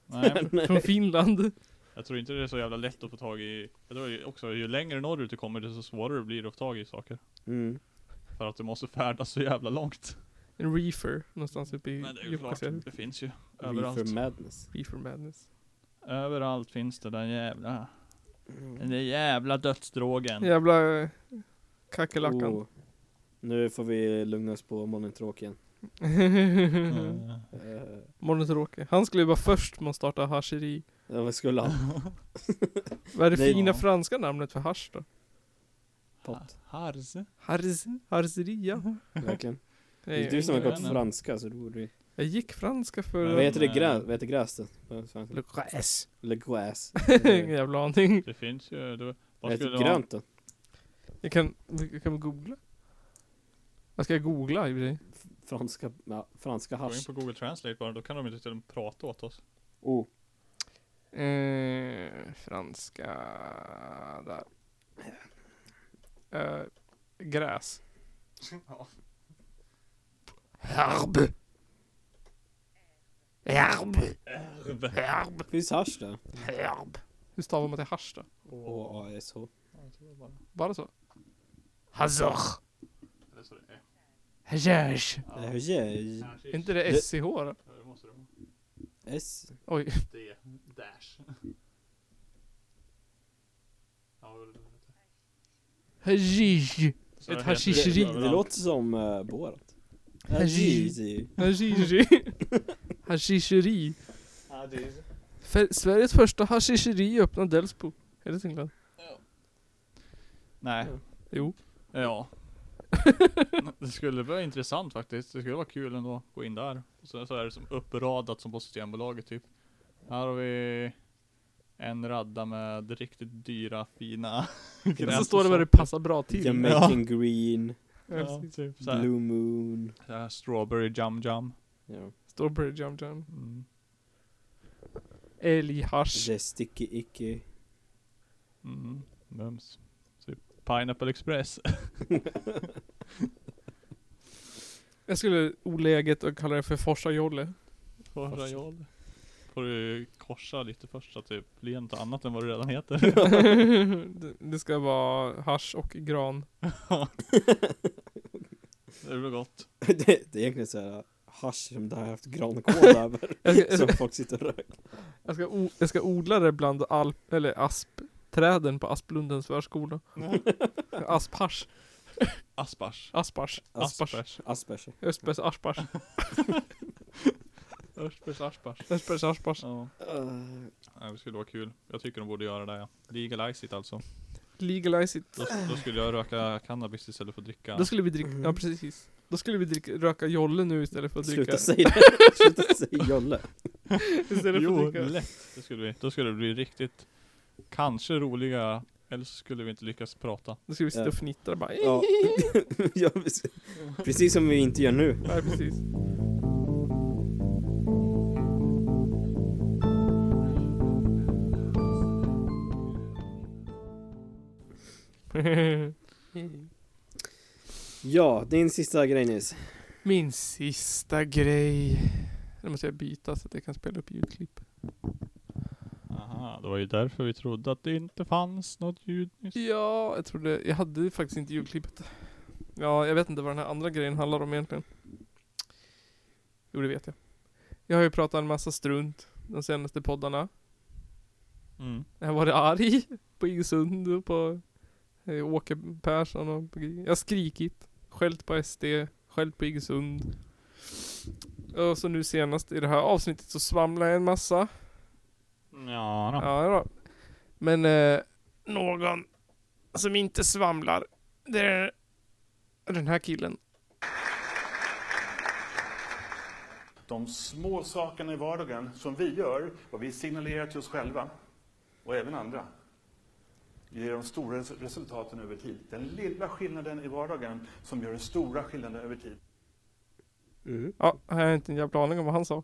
S1: Nej,
S2: Från Finland.
S1: Jag tror inte det är så jävla lätt att få tag i, jag tror ju också ju längre norrut du kommer desto svårare blir det att få tag i saker.
S3: Mm.
S1: För att du måste färdas så jävla långt.
S2: En reefer någonstans uppe i
S1: Men det är ju klart,
S2: Jukkasjärvi.
S1: det finns ju
S3: Reefer
S1: överallt.
S3: Madness.
S2: Reefer madness.
S1: Överallt finns det den jävla, den
S3: Mm.
S1: där jävla dödsdrogen.
S2: Jävla eh, kackerlackan.
S3: Oh. Nu får vi lugna oss på monentråken.
S1: Eh,
S3: Uh,
S2: Monotoroke. Han skulle ju vara först med att starta hasheri.
S3: ja, vad skulle han?
S2: Vad är det
S3: Nej.
S2: fina
S1: Ja.
S2: franska namnet för hasch då?
S3: Pott.
S1: Hars.
S2: Hars, harseria?
S3: Verkligen.
S2: Nej,
S3: Mm-hmm. Det är du som har
S1: ingen
S3: gått
S1: aning.
S3: franska så du borde ju...
S2: Jag gick franska
S1: Men-
S3: Vad
S2: för...
S3: heter det gräs? Vad heter gräs då? På svenska?
S2: Le Grèce.
S3: Le gräs.
S2: Ingen jävla aning.
S1: Det finns ju, du,
S3: Vad
S1: vad skulle
S3: heter
S1: det vara?
S3: grönt då?
S2: Jag kan, jag kan googla. Vad ska jag googla i och för sig?
S3: F- Franska, ja, franska
S1: Gå in
S3: hasch.
S1: på google translate bara, då kan de inte till och med prata åt oss.
S3: Oh.
S2: Eh, franska... Där. Eh, gräs. Herbe. Herbe. Herb.
S3: Finns hasch då?
S2: Herb. Hur stavar man till hasch då?
S3: H-A-S-H.
S2: Bara så? Hazor.
S1: Eller så det är.
S2: Hajaj.
S3: Eh, yeah.
S2: Är inte det SCH då?
S1: Ja, det måste det vara.
S3: S.
S2: Oj.
S1: D. Dash. Ja,
S2: Hashish.
S1: så det
S2: Ett
S1: heter
S3: Det,
S2: Shishiri.
S3: det låter som uh, Borat.
S2: Haji.
S3: Haji.
S2: Hashishi. Hashisheri. Fe- Sveriges första hashisheri öppnade Delsbo. Hälsingland.
S1: Nej.
S2: Jo.
S1: Ja. det skulle vara intressant faktiskt. Det skulle vara kul ändå att gå in där. Och sen så är det som uppradat som på Systembolaget typ. Här har vi en radda med riktigt dyra fina
S2: Och
S1: gräs
S2: så
S1: och
S2: står det vad det
S1: sånt.
S2: passar bra till.
S3: Jamaican Green.
S2: Ja.
S1: Ja,
S2: precis.
S1: typ så här.
S3: Blue Moon.
S1: Så här strawberry jam jam.
S3: Ja.
S2: Står på det jam jam.
S1: Mm.
S2: Älghasch.
S3: The Sticky Icky.
S1: Mm. Mums. Typ Pineapple Express.
S2: Jag skulle oläget och kalla det för Forsa Jolle.
S1: Rajol. Får du korsa lite först så att det blir något annat än vad det redan heter.
S2: Det- det ska vara hasch och gran.
S1: det är väl gott.
S3: det, det är egentligen såhär hasch som det har haft grankål över.
S2: Jag ska, jag
S3: som
S2: ska,
S3: folk sitter och röker.
S2: jag ska, o, jag ska odla det bland alp, eller aspträden på Asplundens förskola. Asphasch.
S1: Aspars.
S2: Aspars. Aspars.
S1: Aspars.
S3: Asperger.
S2: Östbergs aspars.
S1: Aspars. Aspars.
S2: Östbergs aspars.
S1: Ja,
S3: Uh,
S1: nej, det skulle vara kul. Jag tycker de borde göra det. Ja. Legalize it alltså.
S2: Legalize it.
S1: Då, då skulle jag röka cannabis istället för att dricka.
S2: Då skulle vi dricka, ja precis. Då skulle vi dricka, röka Jolle nu istället för att dricka.
S3: Mm. sluta säga det. Sluta säga jolle.
S2: Istället för
S1: jo,
S2: att dricka.
S1: lätt. Det skulle vi. Då skulle det bli riktigt, kanske roliga, eller så skulle vi inte lyckas prata.
S2: Då skulle vi sitta
S3: Ja.
S2: och fnittra bara.
S3: Ja. ja, precis. precis som vi inte gör nu.
S2: Nej precis.
S3: Ja, din sista grej Nils.
S2: Min sista grej. Nu måste jag byta så att jag kan spela upp ljudklipp.
S1: Aha, det var ju därför vi trodde att det inte fanns något ljud nyss.
S2: Ja, jag trodde, jag hade faktiskt inte ljudklippet. Ja, jag vet inte vad den här andra grejen handlar om egentligen. Jo, det vet jag. Jag har ju pratat en massa strunt de senaste poddarna.
S1: Mm.
S2: Jag har varit arg på Iggesund och på eh, Åke Persson och på, jag har skrikit, skällt på SD, skällt på Iggesund. Och så nu senast i det här avsnittet så svamlade jag en massa.
S1: Ja, då.
S2: Ja, då. Men eh, någon som inte svamlar, det är den här killen.
S4: De små sakerna i vardagen som vi gör, vad vi signalerar till oss själva och även andra, ger de stora res- resultaten över tid. Den lilla skillnaden i vardagen som gör den stora skillnaden över tid.
S2: Ja, jag har inte en jävla aning om vad han sa.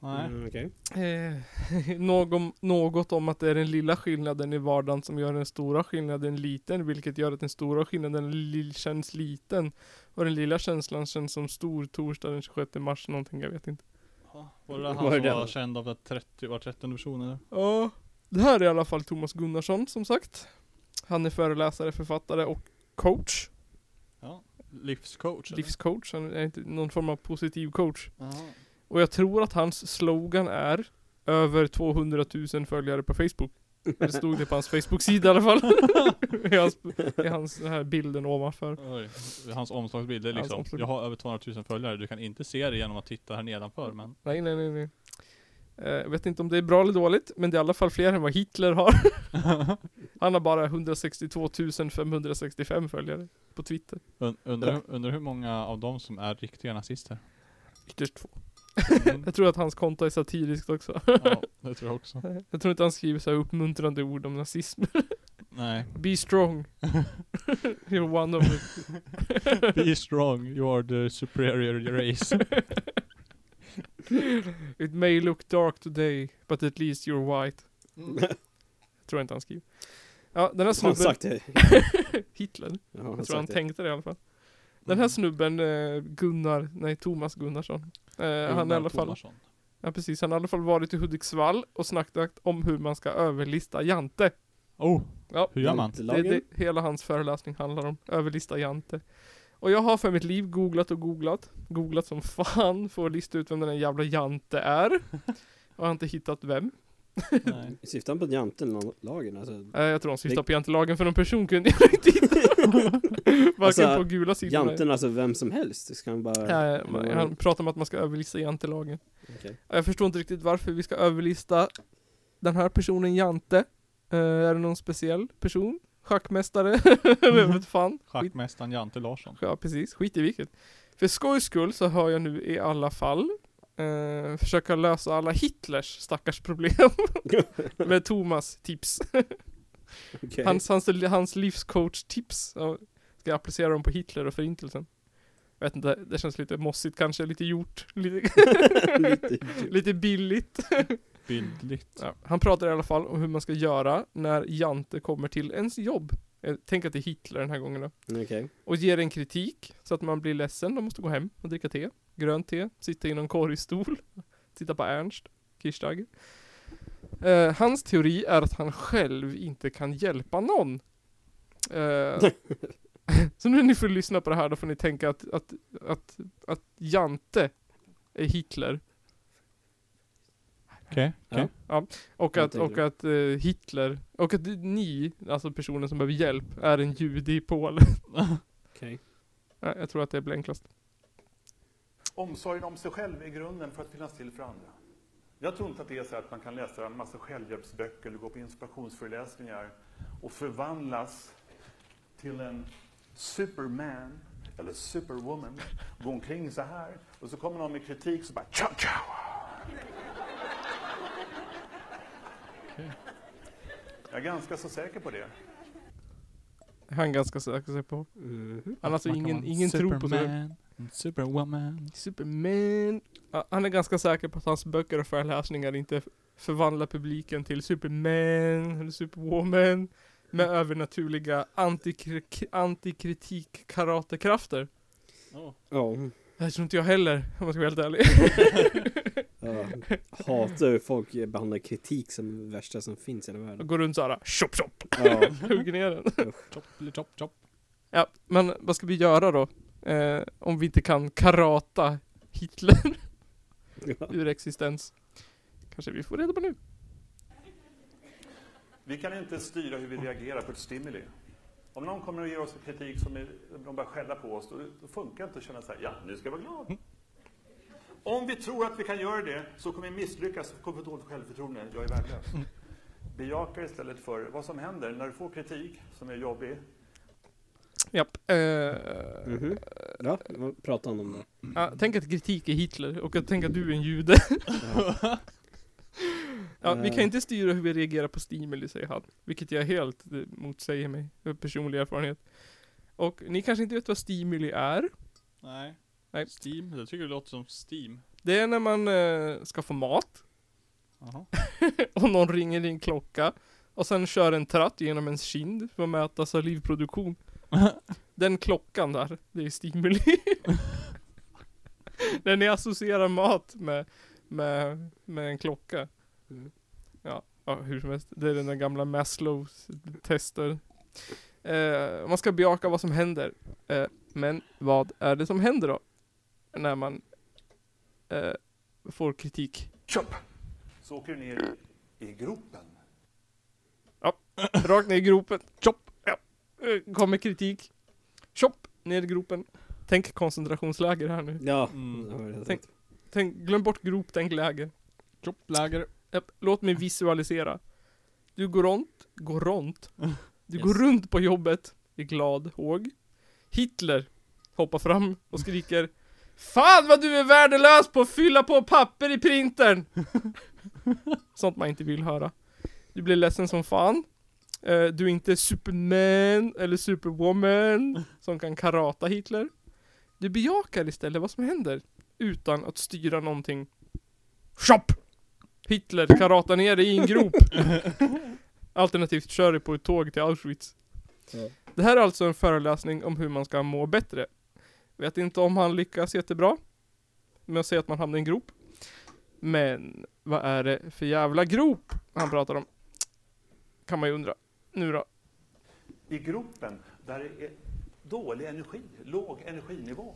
S1: Nej.
S3: Mm, okej.
S2: Eh, någon, något om att det är den lilla skillnaden i vardagen som gör den stora skillnaden liten, vilket gör att den stora skillnaden li- känns liten. Och den lilla känslan känns som stor torsdag den 26 mars någonting, jag vet inte.
S1: Var det han
S3: Var det
S1: som
S3: den?
S1: var känd av att 30, var 30 person eller?
S2: Ja, det här är i alla fall Thomas Gunnarsson som sagt. Han är föreläsare, författare och coach.
S1: Ja. Livscoach eller?
S2: Livscoach, han är inte någon form av positiv coach.
S1: Aha.
S2: Och jag tror att hans slogan är över 200 000 följare på Facebook. Det stod det på hans Facebook-sida i alla fall. I hans, i hans den här bilden ovanför.
S1: Oj. Hans omslagsbild är
S2: Hans
S1: liksom,
S2: omslag-
S1: jag har över 200 000 följare, du kan inte se det genom att titta här nedanför men
S2: Nej, nej, nej, nej. Eh, Jag vet inte om det är bra eller dåligt, men det är i alla fall fler än vad Hitler har. Han har bara 162 565 följare på Twitter.
S1: Und, undrar, undrar hur många av dem som är riktiga nazister?
S2: Ytterst få.
S1: Mm.
S2: Jag tror att hans konto är satiriskt också.
S1: ja, det tror jag också.
S2: Jag tror inte han skriver så här uppmuntrande ord om nazism.
S1: Nej.
S2: Be strong. You're one of it.
S1: Be strong, you are the superior race.
S2: It may look dark today, but at least you're white. Tror jag inte han skriver. Ja, den här
S3: Har han
S2: snubben...
S3: sagt det?
S2: Hitler.
S3: Ja, har
S2: Jag tror han
S3: sagt Mm. det.
S2: tänkte det i alla fall. Den här snubben, eh, Gunnar, nej Thomas Gunnarsson. Eh, han är i alla fall,
S1: Tomasson.
S2: ja precis, han har i alla fall varit i Hudiksvall och snackat om hur man ska överlista Jante.
S1: Oh,
S2: Ja,
S1: hur gör man?
S2: det är
S3: Jantelagen?
S2: det hela hans föreläsning handlar om. Överlista Jante. Och jag har för mitt liv googlat och googlat, googlat som fan för att lista ut vem den här jävla Jante är. Jag har inte hittat vem.
S1: Nej.
S3: Syftar han på jantelagen? Alltså,
S2: Eh, jag tror de syftar
S3: Det-
S2: på jantelagen för någon person kunde jag inte hitta. Varken
S3: Alltså,
S2: på gula sidan.
S3: janten, alltså vem som helst? Det ska han bara...
S2: Eh,
S3: Eller vad-
S2: han pratar om att man ska överlista jantelagen.
S3: Okej.
S2: Och Jag förstår inte riktigt varför vi ska överlista den här personen Jante. Eh, är det någon speciell person? Schackmästare? Jag vet fan. Skit,
S1: Schackmästaren Jante Larsson.
S2: ja, precis. Skit i vilket. För skojs skull så hör jag nu i alla fall eh, försöka lösa alla Hitlers stackars problem med Thomas tips.
S3: Okej.
S2: Hans, hans, hans livscoach-tips. Ja, Ska jag applicera dem på Hitler och förintelsen? Jag vet inte, det känns lite mossigt kanske, lite gjort, lite,
S3: Lite-
S2: lite billigt.
S1: Bildligt.
S2: Ja, han pratar i alla fall om hur man ska göra när Jante kommer till ens jobb. Eh, Tänk att det är Hitler den här gången då.
S3: Okej.
S2: Och ger en kritik så att man blir ledsen, de måste gå hem och dricka te. Grönt te, sitta i någon korgstol, titta på Ernst Kirchsteiger. Eh, hans teori är att han själv inte kan hjälpa någon. Eh, så nu när ni får lyssna på det här då får ni tänka att, att, att, att Jante är Hitler.
S1: Okej, okej.
S3: Ja.
S2: Och
S3: Jag
S2: att,
S3: tänker
S2: och
S3: det.
S2: att eh, Hitler, och att ni, alltså personen som behöver hjälp, är en jude i Polen.
S3: Okej.
S2: Nej, jag tror att det blir enklast.
S4: Omsorgen om sig själv är grunden för att finnas till för andra. Jag tror inte att det är så att man kan läsa en massa självhjälpsböcker eller gå på inspirationsföreläsningar och förvandlas till en superman eller superwoman, gå omkring så här och så kommer någon med kritik så bara tja, tja. Jag är ganska så säker på det.
S2: Han är ganska säker på.
S3: Mhm.
S2: Han har alltså
S1: Man kan
S2: ingen,
S1: vara en
S2: ingen tro på sig.
S1: Superman, en Superwoman.
S2: Superman. Ja, han är ganska säker på att hans böcker och föreläsningar inte f- förvandlar publiken till Superman eller Superwoman med övernaturliga antikri- antikritik-karatekrafter.
S3: Ja.
S2: Det tror inte jag heller, om jag ska vara helt ärlig.
S3: Ja. Hatar hur folk behandlar kritik som det värsta som finns i hela
S2: Jag
S3: världen.
S2: går runt såhär, chop chop,
S3: Ja.
S2: hugger ner den.
S1: Chop, chop, chop.
S2: Ja, men vad ska vi göra då? Eh, om vi inte kan karata Hitler
S3: Ja.
S2: ur existens. Kanske vi får reda på nu.
S4: Vi kan inte styra hur vi reagerar på ett stimuli. Om någon kommer och ger oss kritik som är, de börjar skälla på oss, då, då funkar det inte att känna så här, ja, nu ska jag vara glad. Om vi tror att vi kan göra det, så kommer vi misslyckas och kommer få dåligt självförtroende. Jag är värdelös. Bejaka istället för vad som händer när du får kritik som är jobbig.
S2: Japp. Eh,
S3: Mhm. Ja, vad pratar han om då?
S2: ja, tänk att kritik är Hitler och att tänk att du är en jude. ja, vi kan inte styra hur vi reagerar på stimuli, säger han. Vilket jag helt eh, motsäger mig, av personlig erfarenhet. Och ni kanske inte vet vad stimuli är?
S1: Nej.
S2: Nej.
S1: Steam, jag tycker det låter som Steam.
S2: Det är när man eh, ska få mat.
S1: Jaha.
S2: och någon ringer din klocka och sen kör en tratt genom ens kind för att mäta salivproduktion. Den klockan där, det är stimuli. När ni associerar mat med, med, med en klocka.
S3: Mm.
S2: Ja, ja, hur som helst. Det är den där gamla Maslows tester. Eh, man ska bejaka vad som händer. Eh, men vad är det som händer då? När man eh, får kritik.
S4: Tjopp! Så åker du ner i gropen.
S2: Rakt ner i gropen. Chop! Ja. Eh, Kommer kritik. Chop! Ner i gropen. Tänk koncentrationsläger här nu.
S3: Ja,
S1: Mm.
S3: det har jag redan
S2: Tänk-
S3: sagt.
S2: Tänk, glöm bort grop, tänk läger.
S1: Chop, läger.
S2: Japp, Låt mig visualisera. Du går runt, går runt. Du
S3: Yes.
S2: går runt på jobbet i glad håg. Hitler hoppar fram och skriker Fan vad du är värdelös på att fylla på papper i printern! Sånt man inte vill höra. Du blir ledsen som fan. Eh, Du är inte Superman eller Superwoman som kan karata Hitler. Du bejakar istället vad som händer utan att styra någonting. Shop! Hitler karata ner dig i en grop. Alternativt kör dig på ett tåg till Auschwitz.
S3: Ja.
S2: Det här är alltså en föreläsning om hur man ska må bättre. Vet inte om han lyckas jättebra med att säga att man hamnar i en grop. Men vad är det för jävla grop han pratar om? Kan man ju undra. Nu då?
S4: I gropen, där det är dålig energi, låg energinivå.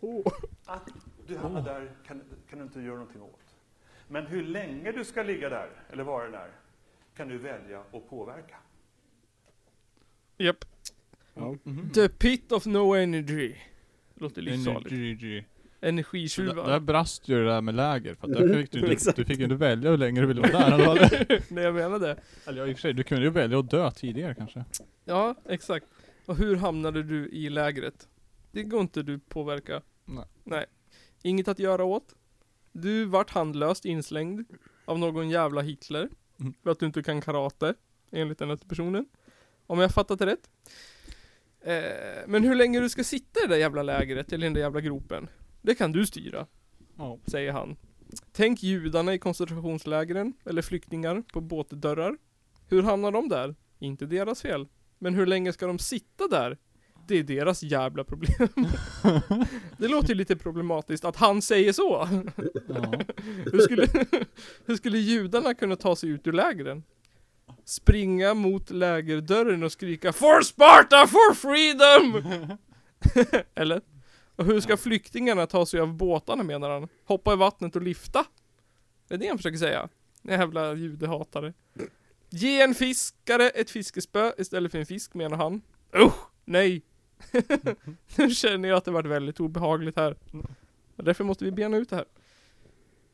S2: Åh.
S4: Att du hamnar där kan, kan du inte göra någonting åt. Men hur länge du ska ligga där, eller vara där, kan du välja och påverka.
S2: Japp.
S3: Ja.
S1: Mhm.
S2: The pit of no energy. Låter livsfarligt.
S1: Energy. Där, där
S2: Energitjuvar.
S1: brast ju det där med läger, för att där fick du, inte,
S3: Exakt.
S1: du fick ju inte välja hur länge du ville vara där. Eller, vad det-
S2: Nej jag menar det.
S1: eller ja, i och för sig, du kunde ju välja att dö tidigare kanske.
S2: Ja, exakt. Och hur hamnade du i lägret? Det går inte du påverka.
S1: Nej.
S2: Inget att göra åt. Du vart handlöst inslängd av någon jävla Hitler.
S1: Mm.
S2: För att du inte kan karate, enligt den här personen. Om jag fattat det rätt. Eh, men hur länge du ska sitta i det där jävla lägret, eller i den där jävla gropen. Det kan du styra
S1: Ja.
S2: säger han. Tänk judarna i koncentrationslägren, eller flyktingar, på båtdörrar. Hur hamnar de där? Inte deras fel. Men hur länge ska de sitta där? Det är deras jävla problem. det låter ju lite problematiskt att han säger så.
S1: Ja.
S2: Hur skulle, hur skulle judarna kunna ta sig ut ur lägren? Springa mot lägerdörren och skrika For Sparta, for freedom! Eller? Och hur ska flyktingarna ta sig av båtarna menar han? Hoppa i vattnet och lyfta? Det är det han försöker säga. Jävla judehatare. Ge en fiskare ett fiskespö istället för en fisk menar han. Usch, nej! nu känner jag att det varit väldigt obehagligt här. Och därför måste vi bena ut det här.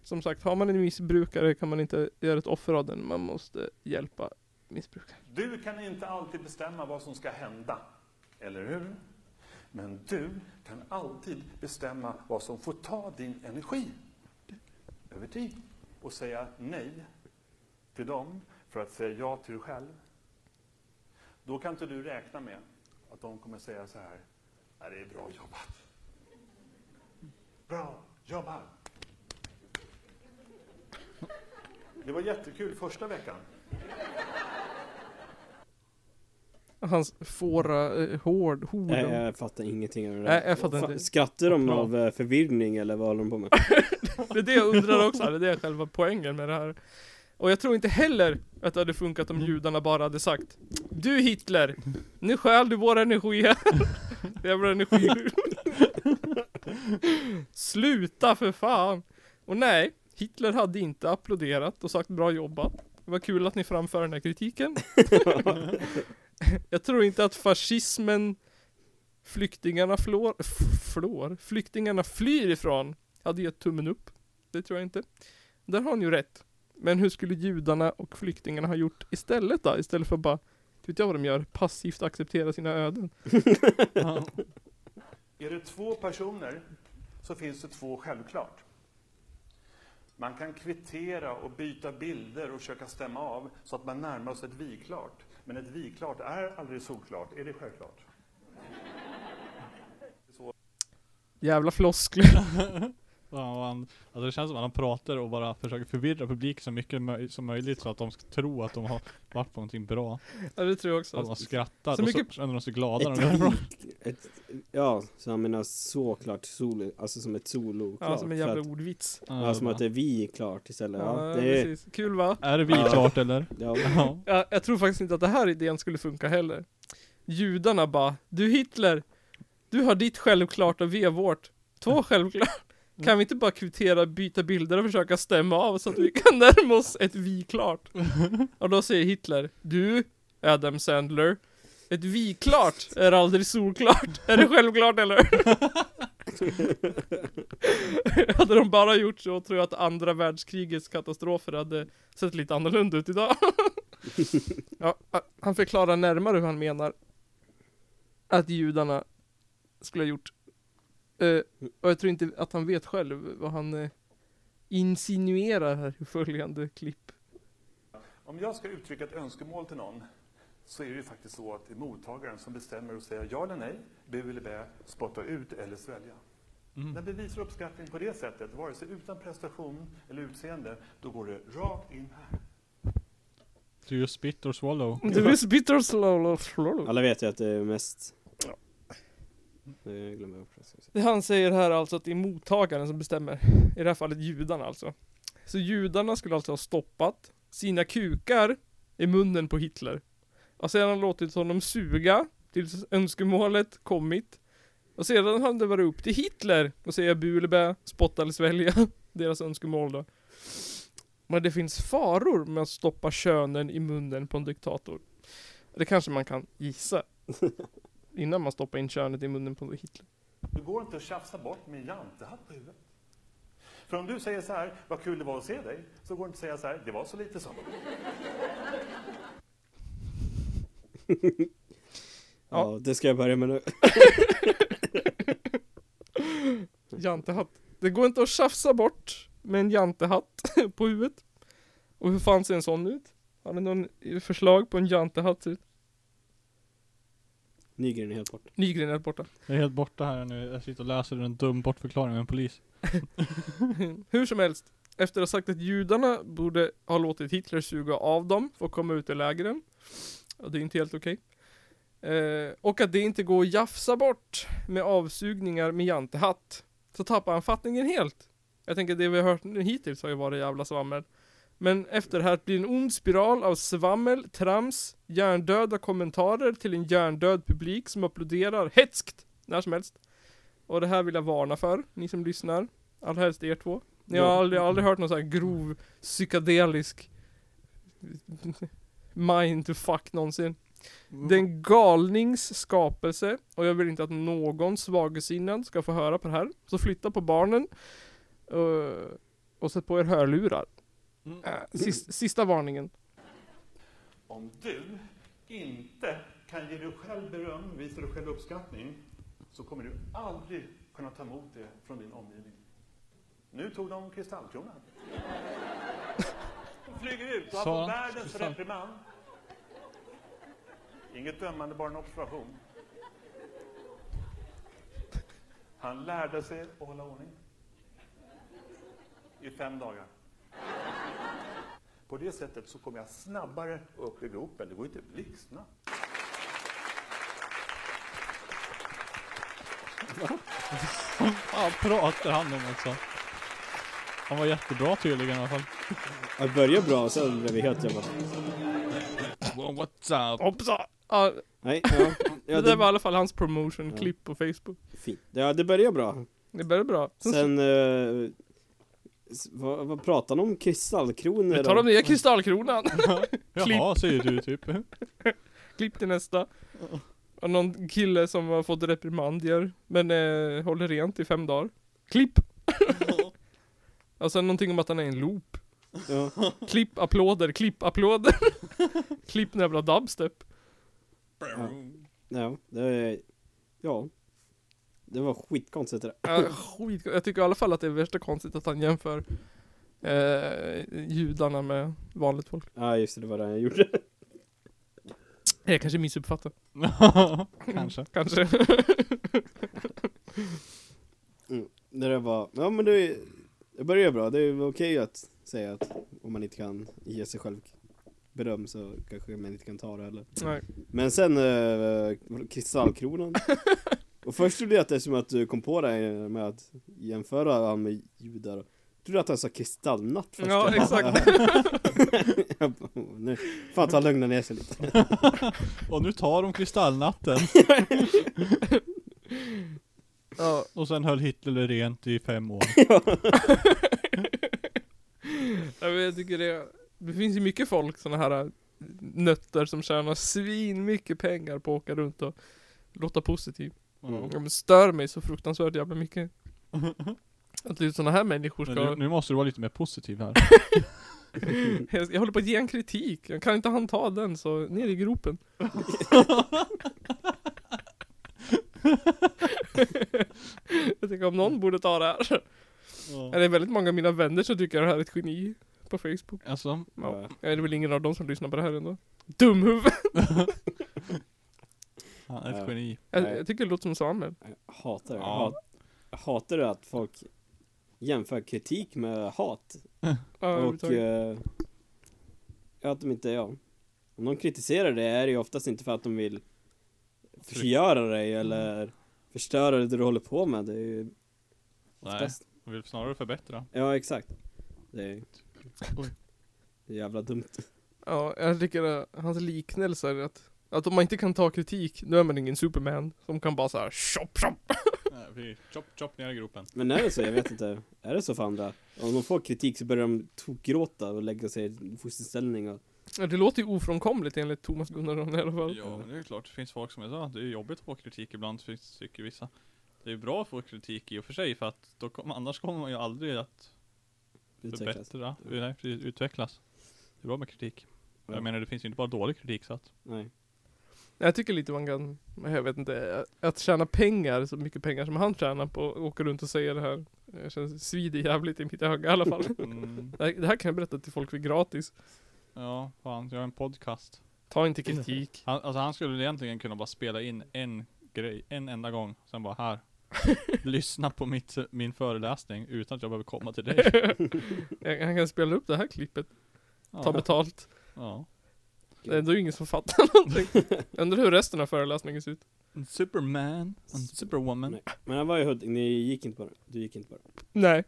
S2: Som sagt, har man en missbrukare kan man inte göra ett offer av den. Man måste hjälpa missbrukaren.
S4: Du kan inte alltid bestämma vad som ska hända, eller hur? Men du kan alltid bestämma vad som får ta din energi över tid och säga nej till dem för att säga ja till dig själv. Då kan inte du räkna med att de kommer säga så här, nej det är bra jobbat. Bra jobbat! Det var jättekul första veckan.
S2: Hans fåra, eh, hård, horden.
S3: Nej, jag fattar ingenting av det
S2: Nej,
S3: där.
S2: jag fattar
S3: Fa-
S2: inte.
S3: Skrattar de
S2: Bra.
S3: av eh, förvirring eller vad håller de på med?
S2: Det är det jag undrar också, det är det själva poängen med det här. Och jag tror inte heller att det hade funkat om judarna bara hade sagt Du Hitler, nu stjäl du vår energi här. Jävla energi. Sluta för fan. Och nej, Hitler hade inte applåderat och sagt bra jobbat. Det var kul att ni framför den här kritiken. jag tror inte att fascismen flyktingarna flår, f- flår, flyktingarna flyr ifrån hade gett tummen upp. Det tror jag inte. Där har han ju rätt. Men hur skulle judarna och flyktingarna ha gjort istället då? Istället för att bara, vet jag vad de gör, passivt acceptera sina öden.
S1: Ja.
S4: Är det två personer så finns det två självklart. Man kan kvittera och byta bilder och försöka stämma av så att man närmar sig ett vi-klart. Men ett vi-klart är aldrig solklart. Är det självklart? Så.
S2: Jävla floskler.
S1: Ja, och han, alltså det känns som att han pratar och bara försöker förvirra publiken så mycket möj- som möjligt så att de ska tro att de har varit på någonting bra.
S2: Ja det tror jag
S1: Så att
S2: också.
S1: de skrattar
S2: så
S1: och
S2: mycket-
S1: så känner de sig glada när de är bra.
S3: Alltså, Ett, ett, ja, så han menar såklart solo, alltså som ett solo klart.
S2: Ja, som en jävla
S3: för att,
S2: ordvits.
S3: ja, som att det är vi klart istället. Ja,
S2: Ja,
S3: det är,
S2: precis. Kul va?
S1: Är det vi klart eller?
S3: ja.
S1: Ja.
S2: Ja, jag tror faktiskt inte att det här idén skulle funka heller. Judarna bara, du Hitler, du har ditt självklart och vi har vårt. Två självklart. Kan vi inte bara kvittera, byta bilder och försöka stämma av så att vi kan närma oss ett vi-klart? Och då säger Hitler, du, Adam Sandler, ett vi-klart är aldrig solklart. Är det självklart eller? hade de bara gjort så tror jag att andra världskrigets katastrofer hade sett lite annorlunda ut idag. Ja, a- han förklarar närmare hur han menar att judarna skulle ha gjort. Eh, och jag tror inte att han vet själv vad han eh, insinuerar här i följande klipp.
S4: Om jag ska uttrycka ett önskemål till någon så är det ju faktiskt så att det är mottagaren som bestämmer och säger ja eller nej, bu eller bä, spotta ut eller svälja. När
S1: Mm.
S4: vi visar uppskattning på det sättet, vare sig utan prestation eller utseende, då går det rakt in här.
S1: Do you spit or swallow?
S2: Du är bitter slow,
S3: Alla vet ju att det är mest... Nu glömmer jag bort det.
S2: Det han säger här är alltså att det är mottagaren som bestämmer. I det här fallet judarna alltså. Så judarna skulle alltså ha stoppat sina kukar i munnen på Hitler. Och sedan låtit honom suga tills önskemålet kommit. Och sedan hade det varit upp till Hitler att säga bu eller bä, spotta eller svälja. Deras önskemål då. Men det finns faror med att stoppa könen i munnen på en diktator. Det kanske man kan gissa. Innan man stoppar in könet i munnen på Hitler.
S4: Det går inte att tjafsa bort med en jantehatt på huvudet. För om du säger så här, vad kul det var att se dig, så går det inte att säga så här, det var så lite som.
S2: Ja.
S3: Ja, det ska jag börja med nu.
S2: Jantehatt. Det går inte att tjafsa bort med en jantehatt på huvudet. Och hur fan ser en sån ut? Har ni någon förslag på en jantehatt?
S3: Nygren är helt bort.
S2: Nygren är borta.
S1: Jag är helt borta här nu. Jag sitter och läser en dum bortförklaring av en polis.
S2: Hur som helst, efter att ha sagt att judarna borde ha låtit Hitler suga av dem för att komma ut ur lägren. Och det är inte helt okej. Eh, och att det inte går att jafsa bort med avsugningar med jantehatt. Så tappar han fattningen helt. Jag tänker det vi har hört hittills har ju varit jävla svammel. Men efter det här blir det en ond spiral av svammel, trams, hjärndöda kommentarer till en hjärndöd publik som applåderar hätskt när som helst. Och det här vill jag varna för, ni som lyssnar. Allra helst er två. Ni har
S3: Ja.
S2: aldrig, aldrig hört någon sån här grov, psykedelisk mind to fuck någonsin.
S1: Mm.
S2: Det är en galnings skapelse och jag vill inte att någon svagsinnad ska få höra på det här. Så flytta på barnen eh, och sätt på er hörlurar.
S1: Mm.
S2: Eh, sis- sista varningen.
S4: Om du inte kan ge dig själv beröm, visa dig själv uppskattning, så kommer du aldrig kunna ta emot det från din omgivning. Nu tog de kristallkronan. De flyger ut och har
S1: Sa-
S4: fått världens
S1: sa-
S4: reprimand. Inget dömande, bara en observation. Han lärde sig att hålla ordning. I fem dagar. På det sättet så kommer jag snabbare upp i gropen. Det går inte blixtsnabbt.
S1: Fan pratar han om alltså? Han var jättebra tydligen i alla fall.
S3: Ja, Det började bra, sen blev vi helt jävla...
S1: Well, what's up?
S2: Hoppsa! Ja,
S3: Nej, ja.
S2: det
S3: ja
S2: där var i
S3: det...
S2: alla fall hans promotion-klipp på Facebook.
S3: Fint. Ja, det började bra.
S2: Det började bra. Sen,
S3: Sen... eh, s- vad, vad pratar de om? Kristallkronor?
S2: vi tar den
S3: och-
S2: nya kristallkronan.
S1: Jaha, säger du typ.
S2: Klipp till nästa. Och någon kille som har fått reprimandier, men eh, håller rent i fem dagar. Klipp! Och sen någonting om att han är i en loop.
S3: Ja.
S2: Klipp, applåder, klipp, applåder. klipp den jävla dubstep.
S3: Ja, det är... Ja. Det var skitkonstigt det där.
S2: Äh, skit, jag tycker i alla fall att det är värsta konstigt att han jämför eh, judarna med vanligt folk.
S3: Ja, just det, det var det jag gjorde.
S2: Jag kanske missuppfattar.
S1: Kanske.
S2: Kanske.
S3: Det där var... Ja, men det... Det började bra. Det är väl okej att säga att om man inte kan ge sig själv beröm så kanske man inte kan ta det heller.
S2: Nej.
S3: Men sen eh, kristallkronan. Och först trodde jag att det som att du kom på det här med att jämföra han med judar. Jag trodde att han sa kristallnatt först.
S2: Ja, exakt.
S3: Jag bara, "Åh, nu, fan ta och lugna ner sig lite.
S1: Och nu tar de kristallnatten.
S2: Ja.
S1: Och sen höll Hitler rent i fem år.
S2: Ja, men Jag tycker det, det finns ju mycket folk såna här äh, nötter som tjänar svin mycket pengar på att åka runt och låta positiv.
S3: Mm.
S2: De stör mig så fruktansvärt jävla mycket. Att just såna här människor
S1: Men
S2: ska...
S1: nu, nu måste du vara lite mer positiv här.
S2: Jag, jag håller på att ge en kritik, jag kan inte han ta den så ner i gropen. jag tänker om någon borde ta det här. Ja, Det är väldigt många av mina vänner som tycker att det här är ett geni på Facebook.
S1: Alltså,
S2: Ja. Ja, det är väl ingen av dem som lyssnar på det här ändå. Dumhuvud!
S1: han är ett
S3: Ja.
S1: geni.
S2: Jag,
S3: Nej.
S2: jag tycker det låter som Samuel.
S3: Jag hatar det. Jag
S1: Ja.
S3: hat- Jag hatar det att folk jämför kritik med hat.
S2: Ja,
S3: Och
S2: överhuvudtaget.
S3: eh, ja, att de inte, ja. Om de kritiserar det är det ju oftast inte för att de vill förgöra
S2: Mm.
S3: dig eller förstöra det du håller på med. Det är ju
S1: Nej,
S3: oftast.
S1: jag vill snarare förbättra.
S3: Ja, exakt. Det är
S1: Oj.
S3: det är jävla dumt.
S2: ja, jag tycker att hans liknelse är att, att om man inte kan ta kritik, då är man ingen superman som kan bara såhär chop chop.
S1: Nej, vi chop, chop ner i gropen.
S3: Men är det så? Jag vet inte. Är det så för andra? Om de får kritik så börjar de tokgråta och lägga sig i fosterställning och...
S2: Ja, det låter ju ofrånkomligt enligt Thomas Gunnarsson i alla fall.
S1: Ja, men det är klart. Det finns folk som är så, det är jobbigt att få kritik ibland, finns- tycker vissa. Det är bra att få kritik i och för sig, för att då kom, annars kommer man ju aldrig att
S3: Utvecklas.
S1: förbättra, nej, precis, utvecklas. Det är bra med kritik.
S3: Ja.
S1: Jag menar, det finns ju inte bara dålig kritik så att.
S3: Nej.
S2: Jag tycker lite man kan, jag vet inte, att tjäna pengar, så mycket pengar som han tjänar på att åka runt och säga det här. Det känns svider jävligt i mitt öga i alla fall.
S1: Mm,
S2: Det här, det här kan jag berätta till folk för gratis.
S1: ja, fan, jag har en podcast.
S2: Ta inte kritik.
S1: Han, alltså han skulle egentligen kunna bara spela in en grej, en enda gång, sen bara här. Lyssna på mitt, min föreläsning utan att jag behöver komma till dig.
S2: Jag, jag kan spela upp det här klippet,
S1: Ja.
S2: ta betalt.
S1: ja.
S2: Det är ändå ingen som fattar någonting. Undrar hur resten av föreläsningen ser ut.
S1: Superman, och superwoman.
S3: Nej. Men han var ju Huddinge, ni gick inte på det. Du gick inte på det.
S2: Nej.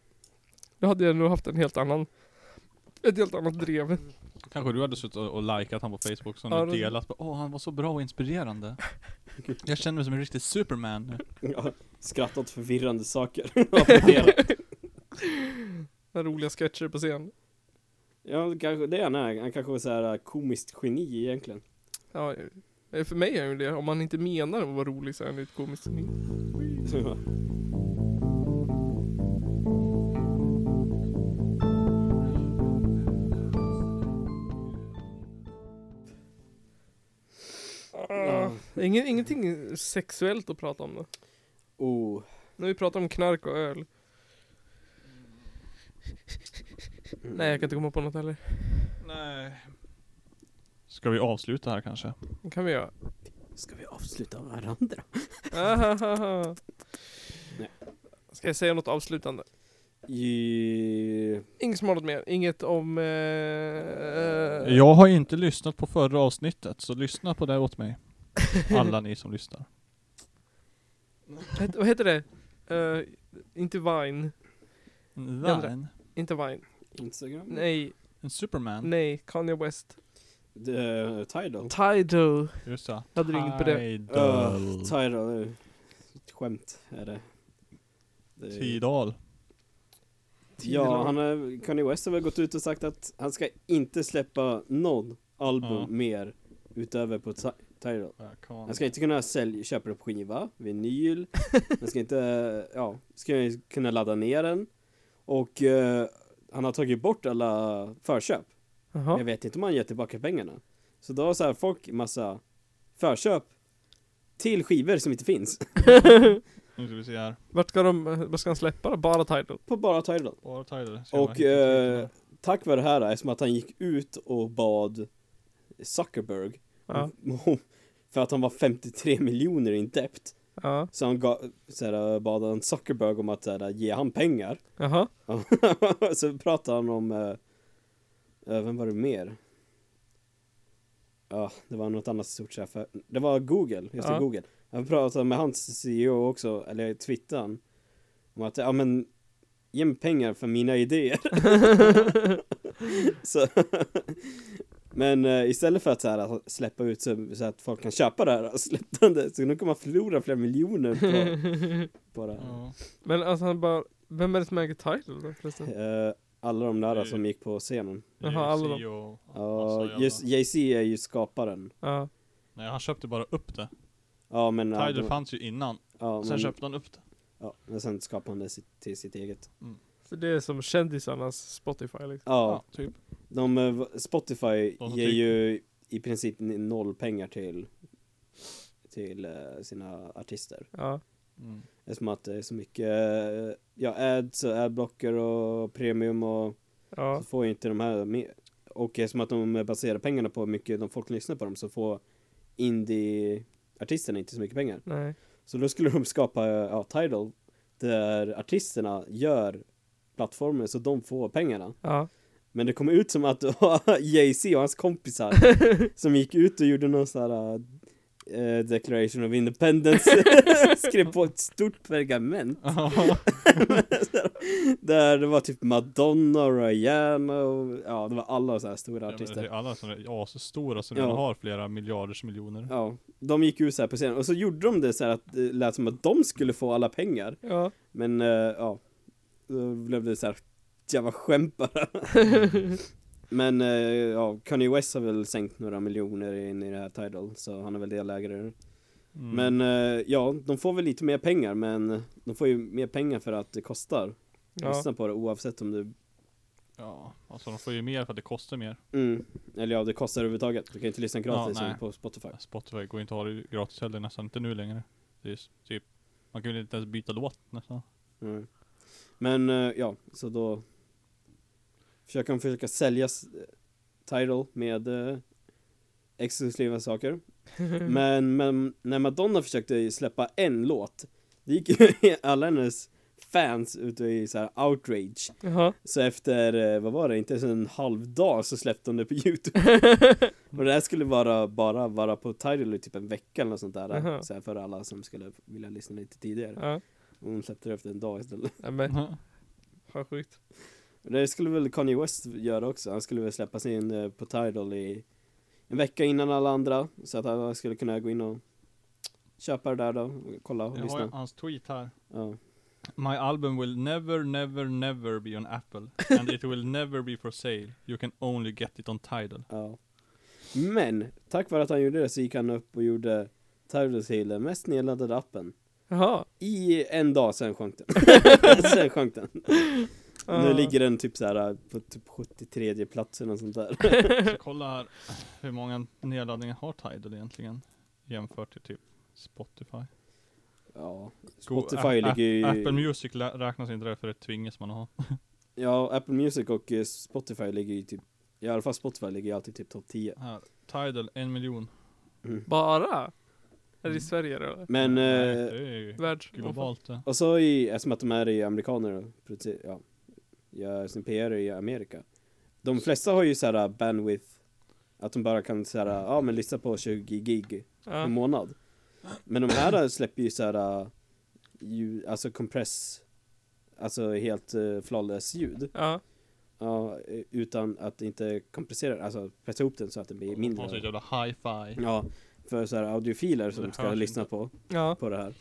S2: Då hade jag nog haft en helt annan, ett helt annat drev.
S1: Kanske du hade suttit och, och likat han på Facebook som
S2: Ja,
S1: du
S2: det-
S1: delat på. Åh, han var så bra och inspirerande. Jag känner mig som en riktig superman nu.
S3: Ja, skratta åt förvirrande saker.
S2: Med roliga sketcher på scen.
S3: ja, det kanske, det är han är. Han kanske var så här äh, komiskt geni egentligen.
S2: Ja, eh, för mig är ju det, om man inte menar att vara rolig så är det ett komiskt geni.
S3: Ja.
S2: Ingen, ingenting sexuellt att prata om då.
S3: Oh.
S2: När vi pratar om knark och öl. Nej, jag kan inte komma på något heller.
S1: Nej. Ska vi avsluta här kanske?
S2: Det kan vi göra.
S3: Ska vi avsluta varandra?
S2: Ahaha.
S3: Nej.
S2: Ska jag säga något avslutande?
S3: I...
S2: Inget som har något mer. Inget om... Eh, eh,
S1: Jag har inte lyssnat på förra avsnittet, så lyssna på det åt mig. Alla ni som lyssnar.
S2: het- vad heter det? Eh, inte Vine.
S1: Vine,
S2: Inte Vine.
S3: Instagram?
S2: Nej,
S1: en superman.
S2: nej. Kanye West.
S3: The, eh, Tidal?
S2: Tidal.
S1: Just det.
S2: Hade du inget på det?
S1: Tidal.
S3: Uh, Tidal. det är Ett skämt är det. det är-
S1: Tidal.
S3: Ja, han har, Kanye West har väl gått ut och sagt att han ska inte släppa någon album
S1: Ja.
S3: mer utöver på Ti- Tidal. Han ska
S1: Ska...
S3: inte kunna sälja, köpa det på skiva, vinyl, han ska inte, ja, ska ju kunna ladda ner den. Och eh, han har tagit bort alla förköp.
S2: Jaha.
S3: Jag vet inte om han ger tillbaka pengarna. Så då har så här folk massa förköp till skivor som inte finns.
S1: Nu ska vi se här.
S2: Vart ska de, vad ska han släppa då? Bara Tidal?
S3: På bara Tidal.
S1: Bara Tidal. Ska
S3: Och
S1: jag hitta
S3: eh,
S1: Tidal?
S3: tack vare det här, eftersom att han gick ut och bad Zuckerberg
S2: Ja.
S3: om- för att han var 53 miljoner in debt.
S2: Ja.
S3: Så han gav, så här, bad han Zuckerberg om att så här, ge han pengar.
S2: Jaha.
S3: så pratade han om, eh, eh, vem var det mer? Ja, det var något annat stort chef. Det var Google, just det,
S2: Ja.
S3: Google. Han pratade med hans CEO också, eller Twittern, om att, ja men, ge mig pengar för mina idéer. så, men eh, istället för att så här, släppa ut så, så att folk kan köpa det här, släppte han det. Så nu kommer man förlora flera miljoner på, på det här.
S1: Ja.
S2: Men alltså han bara, vem är det som äger Tidal då förresten?
S3: Eh, alla de där som gick på scenen.
S2: Jaha, alla de-
S1: JC och-
S3: Ja,
S1: massa
S3: just-
S1: E Alltså, jävla-
S3: Jay-Z är ju skaparen.
S2: Ja.
S1: Nej, han köpte bara upp det.
S3: Ja men... ja,
S1: Tidal
S3: de-
S1: fanns ju innan.
S3: ja,
S1: Sen
S3: men,
S1: köpte han upp det.
S3: Ja, men sen skapade han det sitt, till sitt eget.
S2: Så det är som kändisarnas Spotify liksom.
S1: Ja,
S3: Ja,
S1: typ.
S3: de, eh, Spotify
S1: De som
S3: ger
S1: tycker-
S3: ju i princip n- noll pengar till till eh, sina artister.
S2: Ja.
S1: Mm.
S3: Eftersom att det är så mycket, eh, ja ads och adblocker och premium och
S2: Ja.
S3: så får ju inte de här med. Och eftersom att de baserar pengarna på hur mycket de folk lyssnar på dem så får indie-artisterna inte så mycket pengar.
S2: Nej.
S3: Så då skulle de skapa ja, Tidal där artisterna gör plattformen så de får pengarna.
S2: Ja.
S3: Men det kom ut som att det var Jay-Z och hans kompisar som gick ut och gjorde någon sån här eh, Declaration of Independence skrev på ett stort pergament Där det var typ Madonna och Rihanna och ja, det var alla så här stora
S1: Ja, men det är
S3: artister
S1: alla som är asstora som
S3: Ja.
S1: redan har flera miljarders miljoner.
S3: Ja, de gick ut så här på scenen och så gjorde de det så här att det lät som att de skulle få alla pengar
S2: Ja.
S3: Men eh, ja, då blev det så här jävla skämt bara Men eh, ja, Kanye West har väl sänkt några miljoner in i det här Tidal så han är väl delägare nu.
S1: Mm.
S3: Men eh, ja, de får väl lite mer pengar men de får ju mer pengar för att det kostar att
S2: ja.
S3: lyssna på det oavsett om du
S1: Ja, alltså de får ju mer för att det kostar mer.
S3: mm, Eller ja, det kostar överhuvudtaget. Du kan ju inte lyssna gratis
S1: Ja, nej.
S3: som på Spotify.
S1: Spotify går ju inte att ha det gratis heller nästan, inte nu längre. Det är ju s- typ, man kan ju inte ens byta låt nästan.
S3: Mm. Men eh, ja, så då försöker de försöka sälja s- eh, Tidal med eh, exklusiva saker. Men, men när Madonna försökte släppa en låt, det gick ju alla hennes fans ut i så här outrage.
S2: Jaha.
S3: Så efter, eh, vad var det, inte ens en halv dag så släppte de det på youtube Och det här skulle vara, bara vara på Tidal i typ en vecka eller något sånt där
S2: Aha.
S3: Så här för alla som skulle vilja lyssna lite tidigare
S2: Ja.
S3: Och de släppte det efter en dag istället
S2: Nej, men
S1: Ja.
S2: fan sjukt.
S3: Och Det skulle väl Kanye West göra också, han skulle väl släppa sin eh, på Tidal i en vecka innan alla andra Så att alla skulle kunna gå in och köpa det där då, och kolla och
S1: Jag har ju
S3: lyssna
S1: hans tweet här.
S3: ja.
S1: My album will never, never, never be on Apple. And it will never be for sale. You can only get it on Tidal.
S3: Ja. Men, tack vare att han gjorde det så gick han upp och gjorde Tidal till den mest nedladdade appen
S2: Jaha.
S3: I en dag, sen sjönk den. sen sjönk den. Nu
S2: Ah.
S3: ligger den typ så här på typ 73 platsen och sånt där.
S1: Så kolla här hur många nedladdningar har Tidal egentligen? Jämfört till typ Spotify.
S3: Ja,
S1: Go-
S3: Spotify
S1: App-
S3: ligger ju...
S1: App- Apple Music lä- räknas inte där för det tvingas man att ha.
S3: ja, Apple Music och eh, Spotify ligger ju typ... Ja, i alla fall Spotify ligger ju alltid typ topp 10.
S1: Här, Tidal, en miljon.
S3: Mm.
S2: Bara? Är det i Sverige då? eller?
S3: Men...
S1: Mm, Nej,
S3: Eh,
S1: det är ju
S2: Världs...
S1: globalt eh. det.
S3: och så i, eftersom att de här är ju amerikaner och producer- ja, gör sin PR i Amerika. De flesta har ju så här eh, bandwidth, att de bara kan så här, eh, ja men lyssna på 20 gig.
S2: Ja.
S3: per månad. Men de här eh, släpper ju såhär, ljud, alltså compress, alltså helt uh, flawless ljud.
S2: Ja.
S3: Ja, eh, utan att inte kompressera, alltså pressa ihop den så att den blir
S1: Och så
S3: mindre.
S1: jävla hi-fi.
S3: Ja, för såhär audiofiler
S1: Det
S3: som ska
S1: hörs
S3: lyssna
S1: inte.
S3: på,
S2: Ja.
S3: på det här.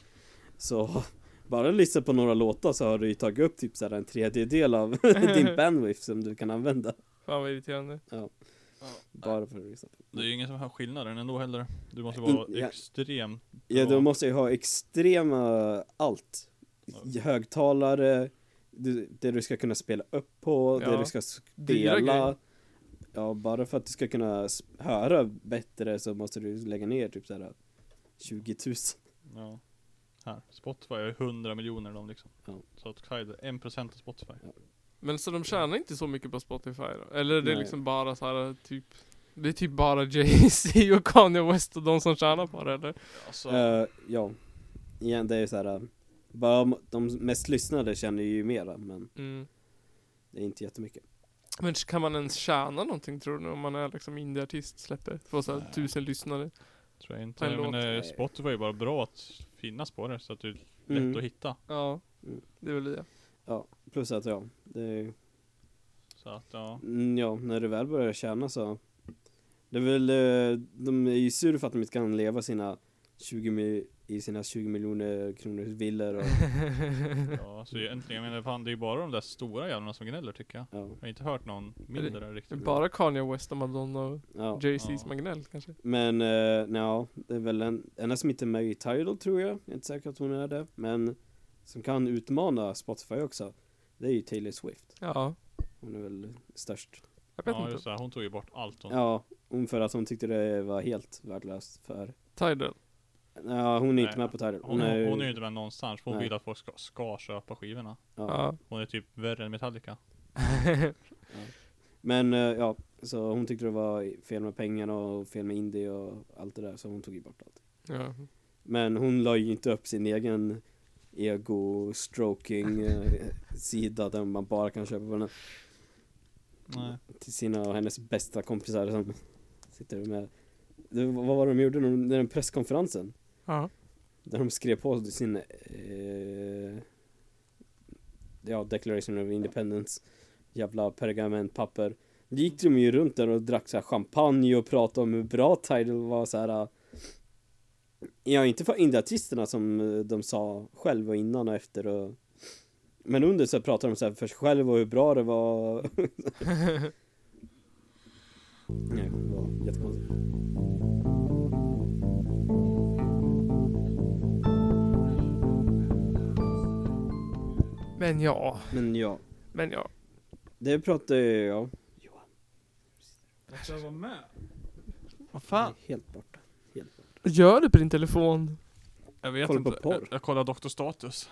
S3: Så bara lyssna på några låtar så har du ju tagit upp typ såhär en tredjedel av din bandwidth som du kan använda.
S2: Fan vad irriterande.
S3: Bara för att lyssna på.
S1: Det är ju ingen som hör skillnaden ändå heller. Du måste
S3: In-
S1: vara
S3: Eh, ja.
S1: extrem.
S3: Ja,
S1: Ja.
S3: du måste ju ha extrema allt.
S1: Ja.
S3: Högtalare, du, det du ska kunna spela upp på, det
S2: Ja.
S3: du ska
S2: Dyra
S3: spela.
S2: grejer.
S3: Ja, bara för att du ska kunna s- höra bättre så måste du lägga ner typ såhär 20 000.
S1: Ja. Här, Spotify har ju 100 miljoner de liksom.
S3: Ja.
S1: Så att Tidal, 1% av Spotify.
S2: Men så de tjänar inte så mycket på Spotify då? Eller är det
S3: Nej.
S2: liksom bara så här typ Det är typ bara Jay-Z och Kanye West och de som tjänar på det eller?
S1: Alltså,
S3: Eh, ja, igen det är så här. eh, Bara om- de mest lyssnade känner ju mera, men
S2: Mm.
S3: det är inte jättemycket.
S2: Men kan man ens tjäna någonting tror du? Om man är liksom indieartist släpper? Får såhär
S1: Nej.
S2: tusen lyssnare.
S1: tror jag
S2: en
S1: inte. Men
S2: låt.
S1: eh, Spotify är bara bra att finnas på det. Så att det är lätt
S3: Mm.
S1: att hitta.
S2: Ja.
S3: Mm.
S2: Det är väl det.
S3: Plus att ja, det är
S1: Så att ja.
S3: Mm, ja, när det väl börjar tjäna så Det är väl, eh, de är ju sur för att de inte kan leva sina 20 mil- i sina 20 miljoner kronors villor och
S1: ja så egentligen, jag menar fan det är ju bara de där stora jävlarna som gnäller tycker jag.
S3: ja,
S1: Jag har inte hört någon mindre
S2: Det är
S1: riktigt.
S2: bara Kanye West och Madonna och
S3: ja.
S2: Jay-Z
S1: Ja.
S2: som har gnällt kanske?
S3: Men eh, ja, det är väl en, enda som inte är med i Tidal tror jag, jag är inte säker att hon är det Men som kan utmana Spotify också Det är ju Taylor Swift
S2: Ja.
S3: Hon är väl störst
S2: Jag vet
S1: Ja just
S2: inte.
S1: det, hon tog ju bort allt hon.
S3: Ja, hon för att hon tyckte det var helt värdelöst för
S2: Tidal.
S3: Ja, hon är
S1: Nej,
S3: inte med på Tidal
S1: Hon, hon,
S3: ju-
S1: hon är ju inte med någonstans, för hon
S3: Nej.
S1: vill att folk ska, ska köpa skivorna.
S3: ja.
S2: Ja.
S1: Hon är typ värre än Metallica.
S3: Men eh, ja, så hon tyckte det var fel med pengarna och fel med indie och allt det där så hon tog ju bort allt.
S2: ja.
S3: Men hon la ju inte upp sin egen ego-stroking-sida där man bara kan köpa på den
S1: Nej.
S3: till sina och hennes bästa kompisar som sitter med det, vad var det de gjorde? De, den presskonferensen.
S2: Ja.
S3: Där de skrev på sin eh, Ja, Declaration of Independence Jävla pergamentpapper Då gick de ju runt där och drack så här champagne och pratade om hur bra Tidal var så här eh, Ja, inte för indieartisterna som eh, de sa själv och innan och efter och Men under så pratade de så här för sig själv och hur bra det var Nej, det var jättekonstigt
S2: Men ja,
S3: Men ja,
S2: men ja.
S3: det pratade jag om
S1: Jag var med.
S2: Vad fan?
S3: Helt borta, helt borta
S2: Gör du på din telefon?
S1: Jag vet
S3: Kolla på
S1: inte.
S3: porr.
S1: Jag, jag kollar Dr. Status.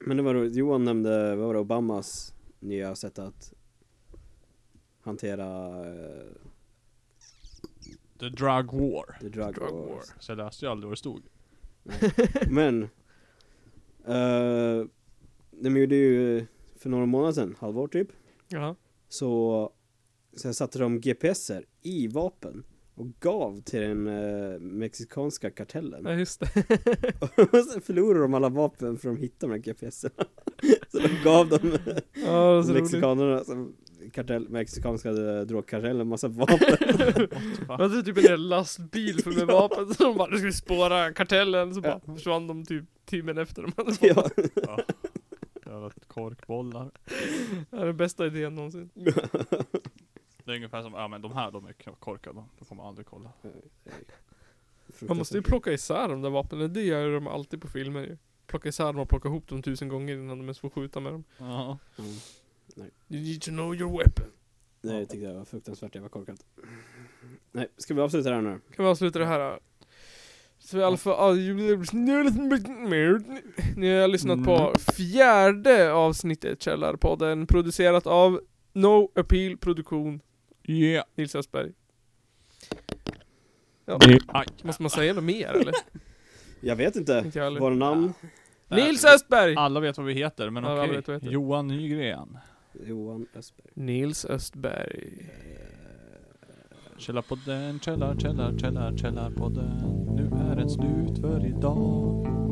S3: Men det var roligt, Johan nämnde, vad var det, Obamas nya sätt att hantera eh,
S1: The Drug War.
S3: the drug,
S2: Drug
S3: war.
S2: war.
S1: Så jag läste ju aldrig vad det stod.
S3: Men eh, de gjorde ju för några månader sedan, halvår typ,
S2: Ja.
S3: så sen satte de GPSer i vapen och gav till den eh, mexikanska kartellen.
S2: Ja, just det.
S3: och sen förlorade de alla vapen för de hittade de här GPSerna. så de gav dem
S2: Ja, det är så roligt.
S3: mexikanerna, alltså, kartell, mexikanska eh, drogkartellen massa vapen.
S2: Man hade typ en hel lastbil full med
S3: Ja.
S2: vapen, så de bara 'Nu ska vi spåra kartellen' så bara
S3: Ja.
S2: försvann de typ timmen efter de hade fått.
S3: ja.
S1: Jävla korkbollar.
S2: Det är den bästa idén någonsin.
S1: Det är ungefär som, ja men de här de är korkade. De får man aldrig kolla.
S2: Man måste ju plocka isär de där vapnen, det gör de alltid på filmer ju. Plocka isär dem och plocka ihop dem tusen gånger innan de ens får skjuta med dem.
S1: Ja.
S3: Mm.
S2: You need to know your weapon.
S3: Nej, jag tyckte det var fruktansvärt jävla korkat. Nej, ska vi avsluta det här nu?
S2: Kan vi avsluta det här? då? Så i alla fall, ni har lyssnat på fjärde avsnittet Källarpodden, producerat av No Appeal Produktion,
S1: Yeah.
S2: Nils Östberg. Ja.
S1: Aj.
S2: Måste man säga något mer eller?
S3: Jag vet inte.
S2: Inte jag heller.
S3: Våra namn?
S2: Nils Östberg!
S1: Alla vet vad vi heter, men
S2: Ja, alla
S1: okej.
S2: vet vad vi heter.
S1: Johan Nygren.
S3: Johan Östberg.
S2: Nils Östberg.
S1: Källarpodden, källar, källar, källar, källarpodden. Nu är den slut för idag.